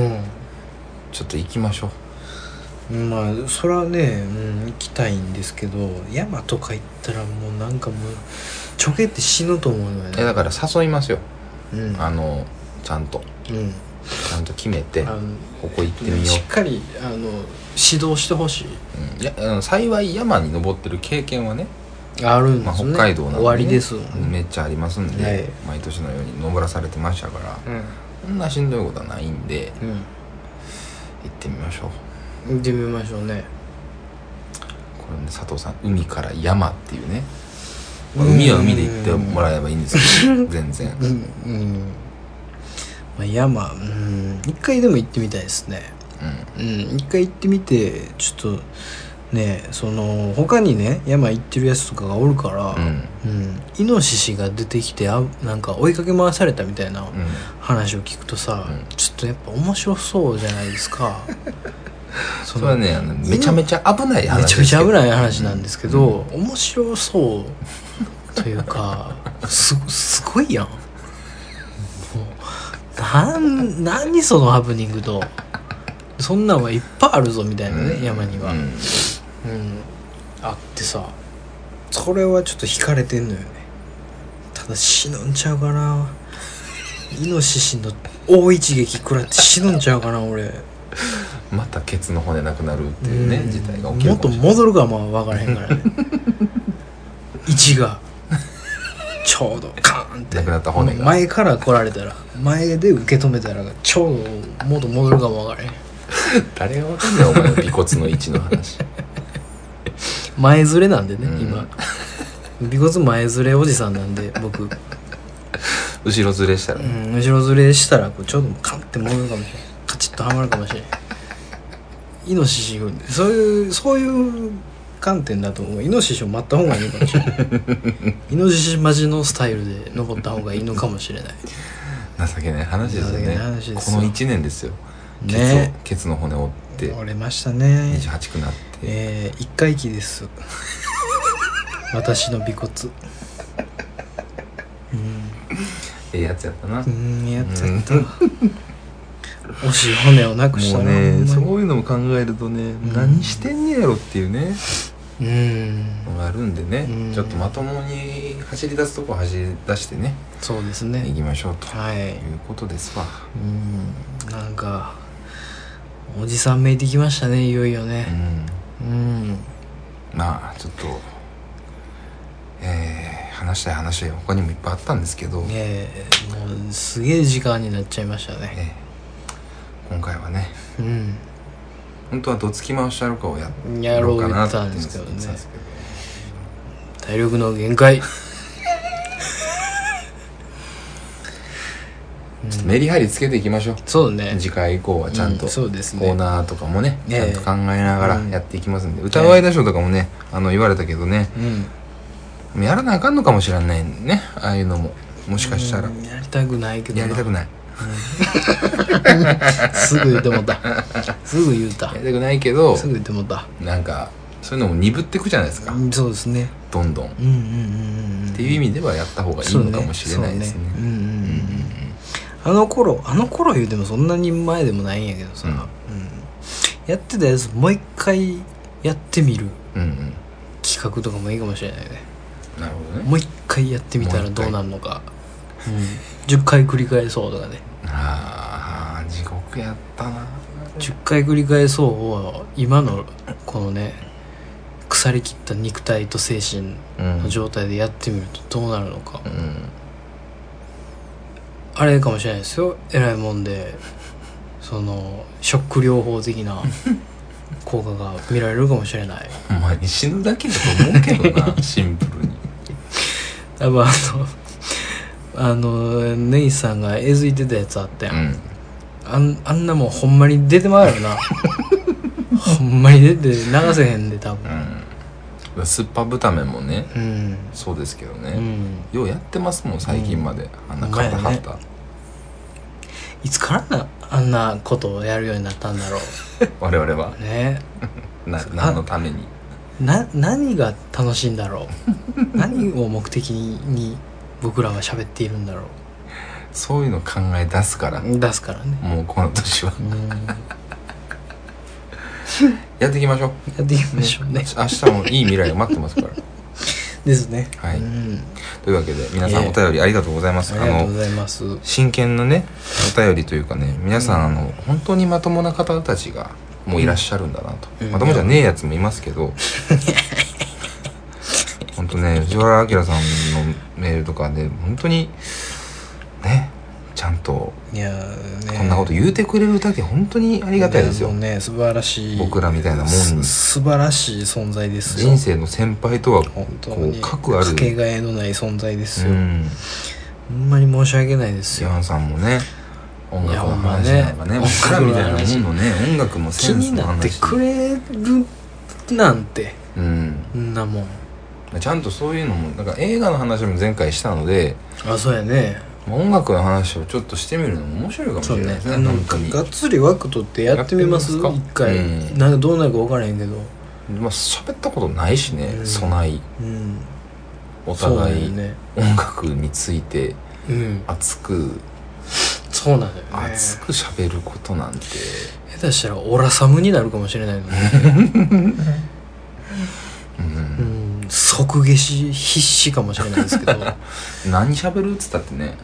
Speaker 2: ちょっと行きましょう
Speaker 1: うんまあそれはね、うん、行きたいんですけど山とか行ったらもうなんかもうちょけって死ぬと思うのよ
Speaker 2: え
Speaker 1: ね
Speaker 2: だから誘いますよ
Speaker 1: うん
Speaker 2: あのちゃんと
Speaker 1: うん
Speaker 2: ちゃんと決めて
Speaker 1: あ
Speaker 2: ここ行ってみよ、
Speaker 1: のしっかりあの指導してほしいう
Speaker 2: うん、いやあの幸い山に登ってる経験はね、
Speaker 1: あるんで
Speaker 2: まあ、
Speaker 1: す
Speaker 2: 北
Speaker 1: ね、
Speaker 2: 海道なんで、ね、
Speaker 1: 終わりですもんね
Speaker 2: めっちゃありますんで、
Speaker 1: はい
Speaker 2: 毎年のように登らされてましたからそんなしんどいことはないんで
Speaker 1: うん、うん
Speaker 2: 行ってみましょう
Speaker 1: 行ってみましょうね
Speaker 2: これね佐藤さん海から山っていうね、まあ
Speaker 1: うん
Speaker 2: 海は海で行ってもらえばいいんです けど全然
Speaker 1: うんうんまあ、山うん一回でも行ってみたいですね
Speaker 2: う
Speaker 1: うん一回行ってみてちょっとねその他にね山行ってるやつとかがおるから
Speaker 2: ん、
Speaker 1: うんイノシシが出てきてあなんか追いかけ回されたみたいな
Speaker 2: うんうん
Speaker 1: 話を聞くとさ、
Speaker 2: うん
Speaker 1: ちょっとやっぱ面白そうじゃないですかそ
Speaker 2: そ
Speaker 1: の
Speaker 2: れはねあのめちゃめちゃ危ない
Speaker 1: め
Speaker 2: 話
Speaker 1: ちゃめちゃ危
Speaker 2: い
Speaker 1: ない話なんですけど、面白そうというかすすごいやんもうなん何そのハプニングとそんなんはいっぱいあるぞみたいなね、山には、
Speaker 2: う
Speaker 1: うん
Speaker 2: ん
Speaker 1: あってさそれはちょっと惹かれてんのよねただ死ぬんちゃうかなイノシシの大一撃食らって死ぬんちゃうかな俺
Speaker 2: またケツの骨なくなるっていうね
Speaker 1: うん
Speaker 2: 事態が起きる
Speaker 1: もっと
Speaker 2: も
Speaker 1: 戻るかも分からへ んからね一がちょうどカーンって
Speaker 2: なくなった骨が
Speaker 1: 前から来られたら前で受け止めたらちょうどもっと戻るかも分からへん
Speaker 2: 誰がわかんないお前の尾骨の位置の話
Speaker 1: 前ずれなんでね、
Speaker 2: う ん
Speaker 1: 今尾骨前ずれおじさんなんで僕、
Speaker 2: 後ろずれしたら
Speaker 1: う
Speaker 2: ね
Speaker 1: ん、後ろずれしたらこうちょうどカンって戻るかもしれないカチッとはまるかもしれないイノシシそういうそういう観点だと思うイノシシを待った方がいいかもしれない イノシシ待ちのスタイルで登った方がいいのかもしれ ない
Speaker 2: 情けない話ですよ
Speaker 1: 情け
Speaker 2: ね
Speaker 1: ない話です
Speaker 2: こ
Speaker 1: よ
Speaker 2: の1年ですよケツを
Speaker 1: ね
Speaker 2: ケツの骨折って
Speaker 1: 折れましたね
Speaker 2: 28くなって
Speaker 1: えー、一回忌です 私の尾骨
Speaker 2: ええやつやったな
Speaker 1: う
Speaker 2: も
Speaker 1: んうんやっちゃ った惜しい骨をなくした
Speaker 2: う
Speaker 1: な
Speaker 2: ね
Speaker 1: ほんまに
Speaker 2: そういうのも考えるとね
Speaker 1: ん
Speaker 2: 何してんねやろっていうね
Speaker 1: うん
Speaker 2: のがあるんでね
Speaker 1: うん
Speaker 2: ちょっとまともに走り出すとこ走り出してね
Speaker 1: そうです
Speaker 2: 行
Speaker 1: ね
Speaker 2: きましょうと
Speaker 1: はい
Speaker 2: いうことですわ
Speaker 1: うんなんかおじさんめいてきましたねいよいよ
Speaker 2: う
Speaker 1: ね
Speaker 2: ん
Speaker 1: うん
Speaker 2: まあちょっとえー話したい話他にもいっぱいあったんですけど、
Speaker 1: ねえもうすげえ時間になっちゃいましたね
Speaker 2: えー今回はね
Speaker 1: うん
Speaker 2: 本当はどつき回しやろうかをや
Speaker 1: やろう
Speaker 2: か
Speaker 1: 言
Speaker 2: な
Speaker 1: っ
Speaker 2: って
Speaker 1: てた
Speaker 2: 言
Speaker 1: ん
Speaker 2: っ
Speaker 1: で
Speaker 2: て
Speaker 1: すけどね
Speaker 2: たんですけど
Speaker 1: 体力の限界
Speaker 2: ちょっとメリハリつけていきましょう
Speaker 1: そうね
Speaker 2: 次回以降はちゃんと、
Speaker 1: うんそうですね
Speaker 2: コーナーとかもね
Speaker 1: え
Speaker 2: ちゃ
Speaker 1: え
Speaker 2: んと考えながらやっていきますんで、歌う間ショーとかもねあの言われたけどね
Speaker 1: うん
Speaker 2: やらなあかんのかもしれないねああいうのももしかしたら
Speaker 1: うんやりたくないけど
Speaker 2: やりたく
Speaker 1: な
Speaker 2: ない
Speaker 1: いすぐ言うてもうたすぐ言うた
Speaker 2: やりたくないけど
Speaker 1: すぐ言うてもうた
Speaker 2: なんかそういうのも鈍ってくじゃないですか、
Speaker 1: うんそうですね
Speaker 2: どんどんっ
Speaker 1: うんうんうんうんうん
Speaker 2: ていう意味ではやった方がいいのかもしれないですね
Speaker 1: そうそううんうんうんうんあの頃あの頃言うてもそんなに前でもないんやけどさ、
Speaker 2: う
Speaker 1: うんんやってたやつもう一回やってみる
Speaker 2: うんうん
Speaker 1: 企画とかもいいかもしれないね
Speaker 2: なるほどね
Speaker 1: もう一回やってみたらどうなるのか、うん、10回繰り返そうとかね
Speaker 2: ああ地獄やったな
Speaker 1: 10回繰り返そうを今のこのね腐りきった肉体と精神
Speaker 2: うん
Speaker 1: の状態でやってみるとどうなるのか、
Speaker 2: うん
Speaker 1: あれかもしれないですよえらいもんでそのショック療法的 な効果が見られるかもしれない
Speaker 2: お前死ぬだけだと思うけどな シンプルに
Speaker 1: 多分あのあのネイさんがえずいてたやつあったやん、
Speaker 2: うん
Speaker 1: あんあんなもんほんまに出てまうよ なほんまに出て流せへんで多分
Speaker 2: うんスッパ豚麺もね
Speaker 1: うん
Speaker 2: そうですけど
Speaker 1: う
Speaker 2: ね、
Speaker 1: ん
Speaker 2: ようやってますもん最近まで、あんな肩張った、
Speaker 1: いつからなあんなことをやるようになったんだろ
Speaker 2: 我々は
Speaker 1: うね
Speaker 2: な何のために
Speaker 1: な何が楽しいんだろう何を目的に僕らは喋っているんだろ
Speaker 2: そういうの考え出すから、
Speaker 1: う出すからね
Speaker 2: もうこの年は
Speaker 1: うん
Speaker 2: やっていきましょう
Speaker 1: やっていきましょう ね
Speaker 2: 明日もいい未来が待ってます から
Speaker 1: ですね
Speaker 2: はい
Speaker 1: うん
Speaker 2: というわけで皆さん
Speaker 1: ええ
Speaker 2: お便りありがとうございます、
Speaker 1: ありがとうご
Speaker 2: の
Speaker 1: ざいます
Speaker 2: 真剣なねお便りというかね皆さん、あの本当にまともな方たちがもういらっしゃるんだなと、
Speaker 1: うん
Speaker 2: まともじゃねえやつもいます けど本当ね藤原明さんのメールとかで本当にねちゃんと
Speaker 1: いやーね
Speaker 2: こんなこと言うてくれるだけ本当にありがたいですよ、
Speaker 1: ねもうね素晴らしい
Speaker 2: 僕らみたいなもんに
Speaker 1: す素晴らしい存在ですよ
Speaker 2: 人生の先輩とはこ
Speaker 1: 本当
Speaker 2: う
Speaker 1: に
Speaker 2: 核ある
Speaker 1: かけがえのない存在です
Speaker 2: う
Speaker 1: よ、
Speaker 2: ん
Speaker 1: ほんまに申し訳ないです
Speaker 2: シ
Speaker 1: よ
Speaker 2: アンさんもね音楽
Speaker 1: い
Speaker 2: の話
Speaker 1: や
Speaker 2: なん
Speaker 1: ほんま
Speaker 2: かね
Speaker 1: ね
Speaker 2: 僕らみたいなもんのね音楽もセ
Speaker 1: 気
Speaker 2: ンス
Speaker 1: に
Speaker 2: の
Speaker 1: なって
Speaker 2: 話
Speaker 1: くれるなんて
Speaker 2: うん
Speaker 1: んなもん
Speaker 2: ちゃんとそういうのもなんか映画の話も前回したので
Speaker 1: あそうやね
Speaker 2: まあ音楽の話をちょっとしてみるのも面白いかもし
Speaker 1: そう
Speaker 2: れない
Speaker 1: ね
Speaker 2: ですね
Speaker 1: あの
Speaker 2: 本当に
Speaker 1: がっつり枠取ってやってみます
Speaker 2: やってみま
Speaker 1: 一
Speaker 2: すか
Speaker 1: 回、
Speaker 2: うん
Speaker 1: なんかどうなるか分からへんけど
Speaker 2: まあ喋ったことないしね、
Speaker 1: うん
Speaker 2: 備え
Speaker 1: うん
Speaker 2: お
Speaker 1: そうなん
Speaker 2: 互
Speaker 1: よ
Speaker 2: い
Speaker 1: ね
Speaker 2: 音楽について
Speaker 1: うん
Speaker 2: 熱く
Speaker 1: そうなんだよね
Speaker 2: 熱く喋ることなんて
Speaker 1: 下手したらオラサムになるかもしれないのね、
Speaker 2: うん
Speaker 1: うん、即下し必死かもしれないですけど、 うん
Speaker 2: 何喋るっつったってね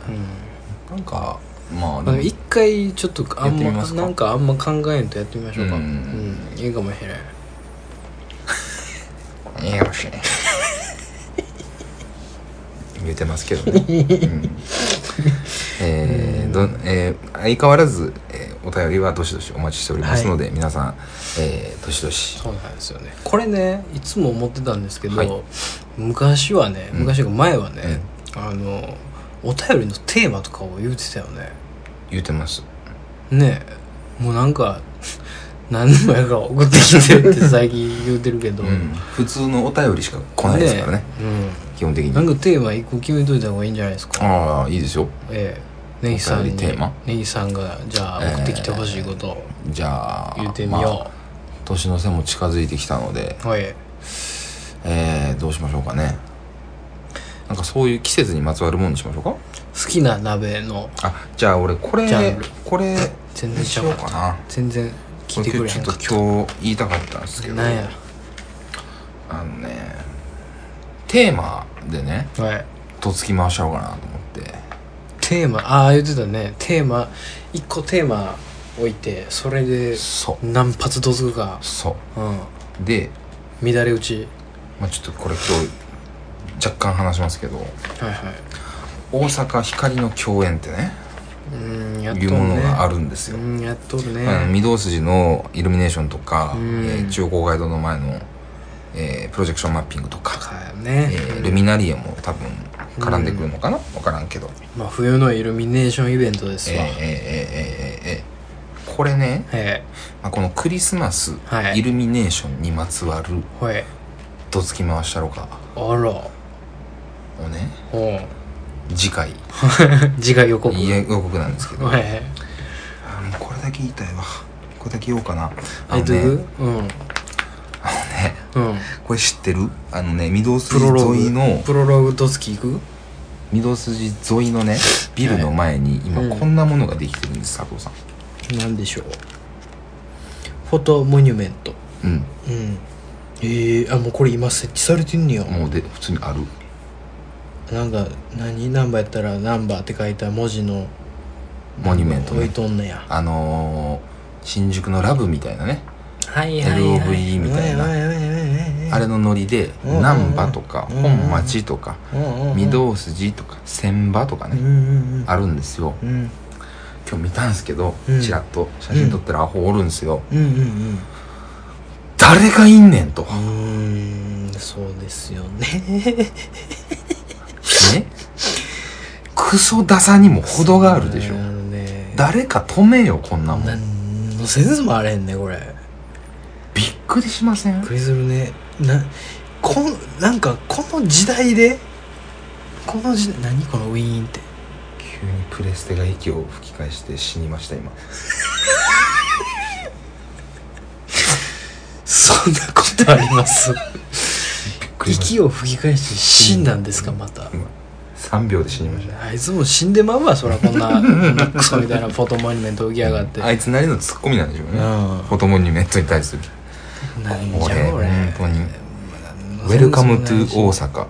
Speaker 2: なんかまあ
Speaker 1: まあ、でも一回ちょっとあん
Speaker 2: やって
Speaker 1: ま
Speaker 2: みますか
Speaker 1: なんかあんま考えんとやってみましょうか
Speaker 2: う
Speaker 1: うんん、いいかもしれない
Speaker 2: いいかもし れない言うてますけどね、うんえーどんえー相変わらず、えーお便りはどしどしお待ちしておりますので、皆さん、えーどしどし
Speaker 1: そうなんですよねこれねいつも思ってたんですけど、
Speaker 2: はい
Speaker 1: 昔はね
Speaker 2: うん
Speaker 1: 昔というか前はね、あのお便りのテーマとかを言うてたよね
Speaker 2: 言うてます
Speaker 1: ねえもうなんか 何でもやから送ってきてるって最 近言うてるけど、
Speaker 2: うん普通のお便りしか来ないですからね
Speaker 1: え
Speaker 2: 基本的
Speaker 1: うん、な
Speaker 2: に
Speaker 1: んかテーマ一個決めといた方がいいんじゃないですか
Speaker 2: ああいいですよ
Speaker 1: ええネギさん
Speaker 2: お
Speaker 1: に
Speaker 2: 便りテーマ
Speaker 1: ネギさんがじゃあ送ってきてほしいことを
Speaker 2: じゃあ
Speaker 1: 言ってみ
Speaker 2: まあ
Speaker 1: よ
Speaker 2: 年の瀬も近づいてきたので
Speaker 1: う、はい
Speaker 2: えーどうしましょうかねなんかそういう季節にまつわるものにしましょうか
Speaker 1: 好きな鍋の
Speaker 2: あじゃあ俺これ
Speaker 1: ジャンル
Speaker 2: これ
Speaker 1: 全然
Speaker 2: に
Speaker 1: ち
Speaker 2: し
Speaker 1: ゃ
Speaker 2: よ
Speaker 1: う
Speaker 2: うかな
Speaker 1: 全然聞いてく
Speaker 2: こ
Speaker 1: れ
Speaker 2: れ
Speaker 1: へん
Speaker 2: ちょっ
Speaker 1: か
Speaker 2: と
Speaker 1: っ
Speaker 2: 今日言いたかったんですけ
Speaker 1: た
Speaker 2: ど
Speaker 1: なんや
Speaker 2: あのねテーマでね
Speaker 1: はい
Speaker 2: とっつき回しちゃおうかなと思って
Speaker 1: テーマああ言ってたねテーマ一個テーマ置いてそれで
Speaker 2: そう
Speaker 1: 何発どつくか
Speaker 2: そ
Speaker 1: うん
Speaker 2: うで、
Speaker 1: 乱れ打ち
Speaker 2: まあ、ちょっとこれ今日若干話しますけど
Speaker 1: はいはい
Speaker 2: 大阪光の共演ってね
Speaker 1: うーんやっと
Speaker 2: い
Speaker 1: る
Speaker 2: う
Speaker 1: ね
Speaker 2: ものがあるんです
Speaker 1: う
Speaker 2: よ、
Speaker 1: んやっとるね
Speaker 2: あの御堂筋のイルミネーションとか、
Speaker 1: うん
Speaker 2: えー中央公会堂の前の、えープロジェクションマッピングとか、
Speaker 1: か
Speaker 2: え
Speaker 1: ね、
Speaker 2: ールミナリエも多分絡んでくるのかな、わ分からんけど、
Speaker 1: まあ冬のイルミネーションイベントで
Speaker 2: え
Speaker 1: す
Speaker 2: ーえ
Speaker 1: わ
Speaker 2: ーえーえーえーえーこれね、
Speaker 1: え
Speaker 2: まあ、このクリスマス、
Speaker 1: はい
Speaker 2: イルミネーションにまつわる
Speaker 1: えはい
Speaker 2: どつき回したろか
Speaker 1: あら
Speaker 2: をね
Speaker 1: おう
Speaker 2: 次回
Speaker 1: 次回予告
Speaker 2: いえ予告なんですけど、
Speaker 1: はい
Speaker 2: あもうこれだけ言いたいわこれだけ言おうかなあ
Speaker 1: え
Speaker 2: の
Speaker 1: っと
Speaker 2: ね
Speaker 1: うん
Speaker 2: ね
Speaker 1: うん
Speaker 2: これ知ってるあのね御堂
Speaker 1: プ
Speaker 2: 筋
Speaker 1: ロローグ
Speaker 2: 沿いの
Speaker 1: プロローグどつきいく
Speaker 2: 御堂筋沿いのねビルの前に今
Speaker 1: うん
Speaker 2: こんなものができてるんです佐藤さん
Speaker 1: なんでしょうフォトモニュメント
Speaker 2: うん
Speaker 1: うんえー、あもうこれ今設置されてんねや
Speaker 2: もうで普通にある
Speaker 1: なんか何ナンバーやったらナンバーって書いた文字の
Speaker 2: モニュメント
Speaker 1: 置い
Speaker 2: ね
Speaker 1: とんねや
Speaker 2: あのー、新宿のラブみたいなね
Speaker 1: はい
Speaker 2: はいはい LOVE みたいなあれのノリで
Speaker 1: うんうんうん
Speaker 2: 難波とか
Speaker 1: うん
Speaker 2: 本町とか御
Speaker 1: 緑
Speaker 2: 堂筋とか千葉とか
Speaker 1: うんうん
Speaker 2: ねあるんですよ
Speaker 1: うんうん
Speaker 2: 今日見たんですけど
Speaker 1: うん
Speaker 2: ちらっと写真撮ってるアホおるんですよ
Speaker 1: うんうん
Speaker 2: 誰がいんねんと
Speaker 1: うんうーんそうですよね
Speaker 2: ねクソダサにも程があるでしょ
Speaker 1: あのね
Speaker 2: 誰か止めよこんなもん
Speaker 1: 何のセンスもあれへんねこれ
Speaker 2: びっくりしません
Speaker 1: クイズルねなこんなんかこの時代でこの時代何このウィーンって
Speaker 2: 急にプレステが息を吹き返して死にました今
Speaker 1: そんなことあります
Speaker 2: びっくりしまし
Speaker 1: 息を吹き返して死んだんですかまた
Speaker 2: た今3秒で死にました
Speaker 1: あいつも死んでまうわそらこんなこんなクソみたいなフォトモニュメント浮き上がって
Speaker 2: あいつなりのツッコミなんでしょうね
Speaker 1: うん
Speaker 2: フォトモニュメントに対する
Speaker 1: 何
Speaker 2: こ
Speaker 1: じ
Speaker 2: れ
Speaker 1: ゃこれ
Speaker 2: 本当にウェルカムトゥ大
Speaker 1: オー
Speaker 2: 阪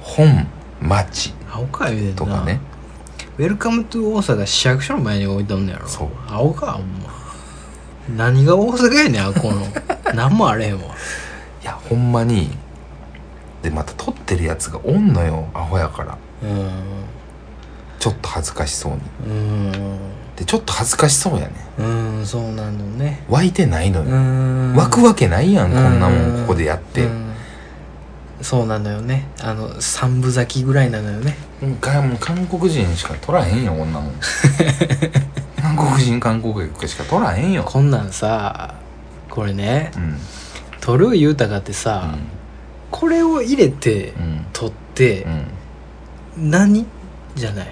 Speaker 2: 本町
Speaker 1: 青か言うてんな
Speaker 2: とかね
Speaker 1: ウェルカムトゥ大阪市役所の前に置いとんのやろ
Speaker 2: そう
Speaker 1: 青かほんま何が大阪やねんあ この何もあれへんわ
Speaker 2: いやほんまにでまた撮ってるやつがおんのよアホやから
Speaker 1: うん
Speaker 2: ちょっと恥ずかしそうに
Speaker 1: うん
Speaker 2: でちょっと恥ずかしそうやね
Speaker 1: うんそうなのね
Speaker 2: 湧いてないの
Speaker 1: う
Speaker 2: よ、
Speaker 1: ん
Speaker 2: 湧くわけないやんこんな
Speaker 1: う
Speaker 2: も
Speaker 1: ん
Speaker 2: んここでやって、
Speaker 1: うんそうなのよねあの三分咲きぐらいなのよね
Speaker 2: もうかもう韓国人しか取らへんよこ んなもん韓国人韓国客しか取らへんよ
Speaker 1: こんなんさこれね
Speaker 2: うん
Speaker 1: 鳥生豊ってさ、これを入れて
Speaker 2: うん
Speaker 1: 取って
Speaker 2: うん、
Speaker 1: 何じゃない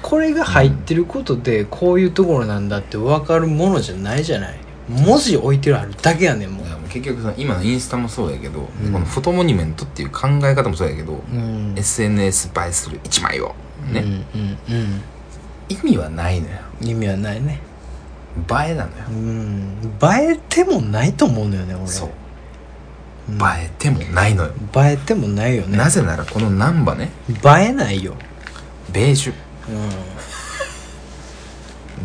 Speaker 1: これが入ってることでこういうところなんだって分かるものじゃないじゃない文字置いてあるだけやねんもう
Speaker 2: いやもう結局さ今のインスタもそうやけど、
Speaker 1: うん
Speaker 2: このフォトモニュメントっていう考え方もそうやけど、
Speaker 1: うん、
Speaker 2: SNS 映えする一枚をね、
Speaker 1: うんうん
Speaker 2: 意味はないのよ
Speaker 1: うん意味はないね
Speaker 2: 映えなのよ
Speaker 1: う、ん映えてもないと思うのよね俺
Speaker 2: そ
Speaker 1: う
Speaker 2: う
Speaker 1: ん
Speaker 2: 映えてもないのよ、
Speaker 1: 映えてもないよね
Speaker 2: なぜならこの難波ね
Speaker 1: 映えないよ、
Speaker 2: ベージ
Speaker 1: う
Speaker 2: ュ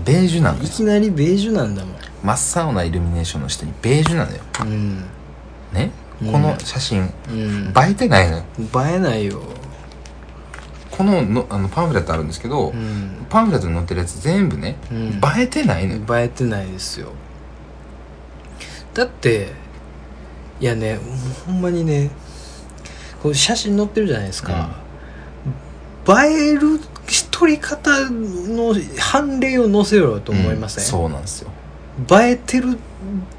Speaker 2: ベージュな
Speaker 1: ん、
Speaker 2: のよ
Speaker 1: いきなりベージュなんだもん
Speaker 2: 真っ青なイルミネーションの下にベージュなのよ
Speaker 1: うん、
Speaker 2: ね、
Speaker 1: うん
Speaker 2: この写真映
Speaker 1: うん、
Speaker 2: えてないのよ
Speaker 1: 映えないよ、
Speaker 2: こののあのパンフレットあるんですけど、
Speaker 1: うん、
Speaker 2: パンフレットに載ってるやつ全部ね、
Speaker 1: うん
Speaker 2: 映えてないのよ、
Speaker 1: 映えてないですよだっていやねほんまにねこう写真載ってるじゃないですか、映える撮り方の判例を載せろよと思いません、
Speaker 2: うんそうなんですよ、
Speaker 1: 映えてる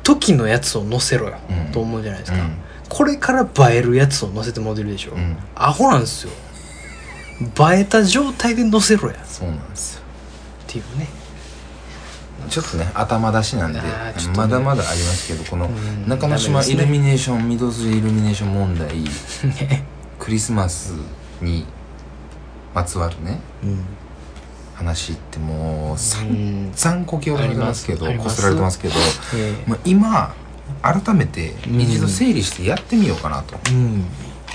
Speaker 1: 時のやつを載せろよ、
Speaker 2: うん
Speaker 1: と思うじゃないです
Speaker 2: う
Speaker 1: か、
Speaker 2: ん
Speaker 1: これから映えるやつを載せてモデルでしょ、
Speaker 2: うん
Speaker 1: アホなんですよ映えた状態で載せろやっ
Speaker 2: そうなんですよ
Speaker 1: ていうね
Speaker 2: ちょっとね頭出しなんで、
Speaker 1: あーちょっとね
Speaker 2: まだまだありますけどこの
Speaker 1: うん
Speaker 2: 中之島
Speaker 1: ダメです
Speaker 2: イ
Speaker 1: ね
Speaker 2: ルミネーション御堂筋イルミネーション 問題クリスマスにまつわるね
Speaker 1: う
Speaker 2: 話ってもう散
Speaker 1: ん
Speaker 2: 々こきをされてますけど
Speaker 1: あり
Speaker 2: こ
Speaker 1: ます
Speaker 2: すられてますけど
Speaker 1: え
Speaker 2: まあ今改めて
Speaker 1: うん
Speaker 2: 一度整理してやってみようかなと、
Speaker 1: えうん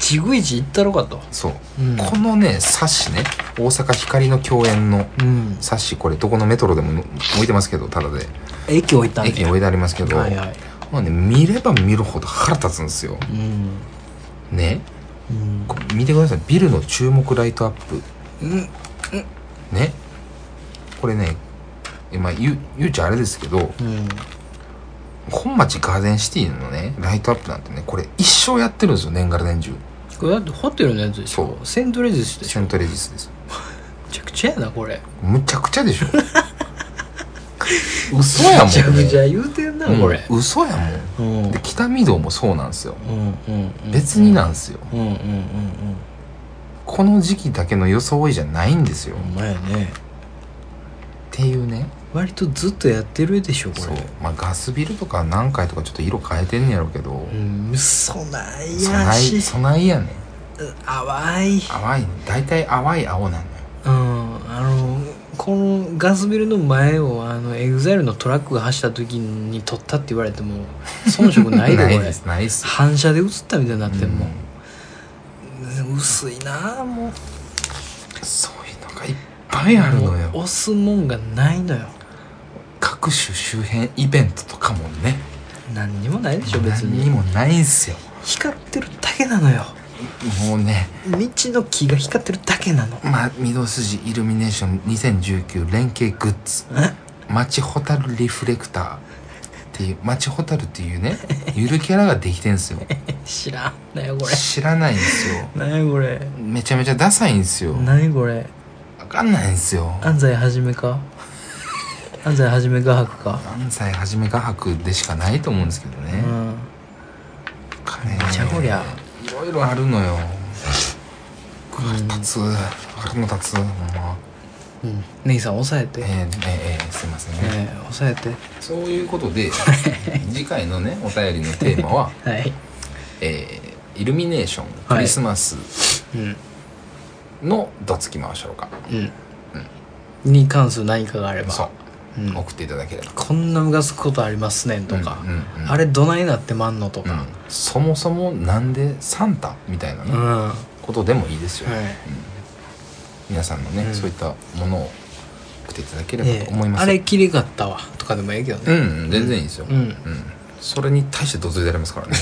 Speaker 1: ちぐいち行ったろかと
Speaker 2: そう、
Speaker 1: うん
Speaker 2: このね冊子ね大阪光の共演の
Speaker 1: うん
Speaker 2: 冊子これどこのメトロでも置いてますけどただで
Speaker 1: 駅置いたんだ
Speaker 2: 駅に置いてありますけど、
Speaker 1: はいはい
Speaker 2: まあね、見れば見るほど腹立つんですよ。
Speaker 1: うん
Speaker 2: ね。
Speaker 1: うん
Speaker 2: こ見てください。ビルの注目ライトアップ。
Speaker 1: うん
Speaker 2: ね。これね、えまあ、ゆ、ゆうちゃんあれですけど、
Speaker 1: うん
Speaker 2: 本町ガーデンシティのね、ライトアップなんてね、これ一生やってるんですよ、年がら年中。
Speaker 1: これだってホテルのやつでしょ
Speaker 2: そ
Speaker 1: セントレジスでしょ
Speaker 2: セントレジスです。
Speaker 1: めちゃくちゃやなこれ
Speaker 2: むちゃくちゃでしょ。 嘘やもん、ね。
Speaker 1: めちゃくちゃ言うてんなこれ
Speaker 2: うん嘘やもん。
Speaker 1: うんうん
Speaker 2: で、北御堂もそうなんですよ。
Speaker 1: うんうん
Speaker 2: 別になんですよ。
Speaker 1: うんうんうんうん
Speaker 2: この時期だけの装いじゃないんですよ。
Speaker 1: ほ
Speaker 2: っ
Speaker 1: んまやね
Speaker 2: ていうね。
Speaker 1: 割とずっとやってるでしょこ
Speaker 2: そう
Speaker 1: れ
Speaker 2: まあガスビルとか何回とかちょっと色変えてんねやろうけど、
Speaker 1: うんそない
Speaker 2: そ
Speaker 1: や
Speaker 2: ない
Speaker 1: し
Speaker 2: そないやねん
Speaker 1: 淡い
Speaker 2: 淡いね大体淡い青なのよ
Speaker 1: うんあのこのガスビルの前をあのエグザイルのトラックが走った時に撮ったって言われても遜色ないでこれ
Speaker 2: で すないっす
Speaker 1: 反射で映ったみたいになってんも、
Speaker 2: うん
Speaker 1: 薄いなあもう
Speaker 2: そういうのがいっぱいあるの
Speaker 1: もう
Speaker 2: よ
Speaker 1: 押すもんがないのよ
Speaker 2: 各種周辺イベントとかもね
Speaker 1: 何にもないでしょ別
Speaker 2: 何に
Speaker 1: に
Speaker 2: もないんすよ
Speaker 1: 光ってるだけなのよ
Speaker 2: もうね
Speaker 1: 道の木が光ってるだけなの
Speaker 2: まあ御堂筋イルミネーション2019連携グッズ町ホタルリフレクターっていう町ホタルって いうねゆるキャラができてんすよ
Speaker 1: 知らんなよこれ
Speaker 2: 知らないんですよ
Speaker 1: 何やこれ
Speaker 2: めちゃめちゃダサいんですよ
Speaker 1: 何これ
Speaker 2: わかんないんですよ
Speaker 1: 安西はじめか安西はじめ画伯か
Speaker 2: 関西はじめ画伯でしかないと思うんですけどね
Speaker 1: う、ん
Speaker 2: 金
Speaker 1: めちゃこりゃ
Speaker 2: いろいろあるのよ腹立つ腹の立つほんま
Speaker 1: うんネギさん抑えて
Speaker 2: えー、
Speaker 1: え
Speaker 2: えーえーすいませんね、
Speaker 1: え抑えて
Speaker 2: そういうことで次回のねお便りのテーマは、
Speaker 1: はい
Speaker 2: えーイルミネーション
Speaker 1: はい
Speaker 2: クリスマス
Speaker 1: うん
Speaker 2: のどつき回しょうか、
Speaker 1: うんに関する何かがあれば、
Speaker 2: そう
Speaker 1: ん、
Speaker 2: 送っていただければ
Speaker 1: こんなムカつくことありますねんとか、
Speaker 2: うんうんうん
Speaker 1: あれどないなってまんのと
Speaker 2: う
Speaker 1: か
Speaker 2: ん、そもそもなんでサンタみたいなね、
Speaker 1: うん、は
Speaker 2: ことでもいいです
Speaker 1: い
Speaker 2: よ、皆さんのね、
Speaker 1: うん
Speaker 2: そういったものを送っていただければ
Speaker 1: え
Speaker 2: と
Speaker 1: え
Speaker 2: 思います、
Speaker 1: あれきれかったわとかでもええけどね、
Speaker 2: うんうん全然いいですよ、
Speaker 1: うん
Speaker 2: それに対してどついてられますか らね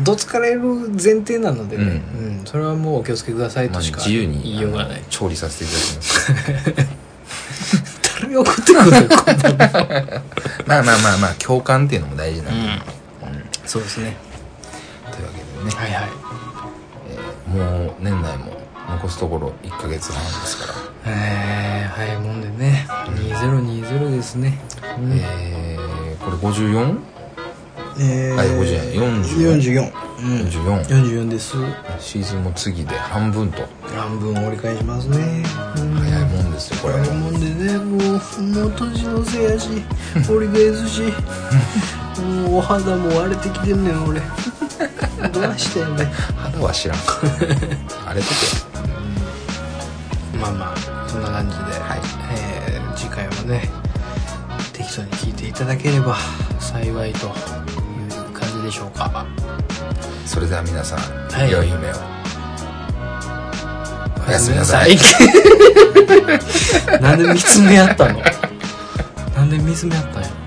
Speaker 1: どつかれる前提なのでね、
Speaker 2: う
Speaker 1: うんそれはもうお気をつけください
Speaker 2: まあ
Speaker 1: としか
Speaker 2: 自由に
Speaker 1: 言いようがない
Speaker 2: あの調理させていただきます
Speaker 1: 誰が送ってくるのよこ んなの
Speaker 2: まあまあまあまあ共感っていうのも大事なんで、うん
Speaker 1: そうですね
Speaker 2: というわけでね、
Speaker 1: はいはい
Speaker 2: もう年内も残すところ1ヶ月半ですから、
Speaker 1: えー、早いもんでね2020ですね、うん
Speaker 2: えー、これ 54?
Speaker 1: えー
Speaker 2: あ50や44
Speaker 1: 44
Speaker 2: 44
Speaker 1: 44です
Speaker 2: シーズンも次で半分と
Speaker 1: 半分折り返しますね
Speaker 2: 早いもんですよこれ
Speaker 1: 早い
Speaker 2: も
Speaker 1: もんでねもうもう年のせい やし折り返すしもうお肌も荒れてきてんねん俺 どうしてんね
Speaker 2: 肌は 知らんあれとけ
Speaker 1: まあまあそんな感じで、
Speaker 2: い
Speaker 1: えー次回はね適当に聞いていただければ幸いという感じでしょうか
Speaker 2: それでは皆さん、
Speaker 1: はい
Speaker 2: 良い夢をおやすみなさ
Speaker 1: お
Speaker 2: い
Speaker 1: やすみなさいなんで見つめ合ったのなんで見つめ合ったんや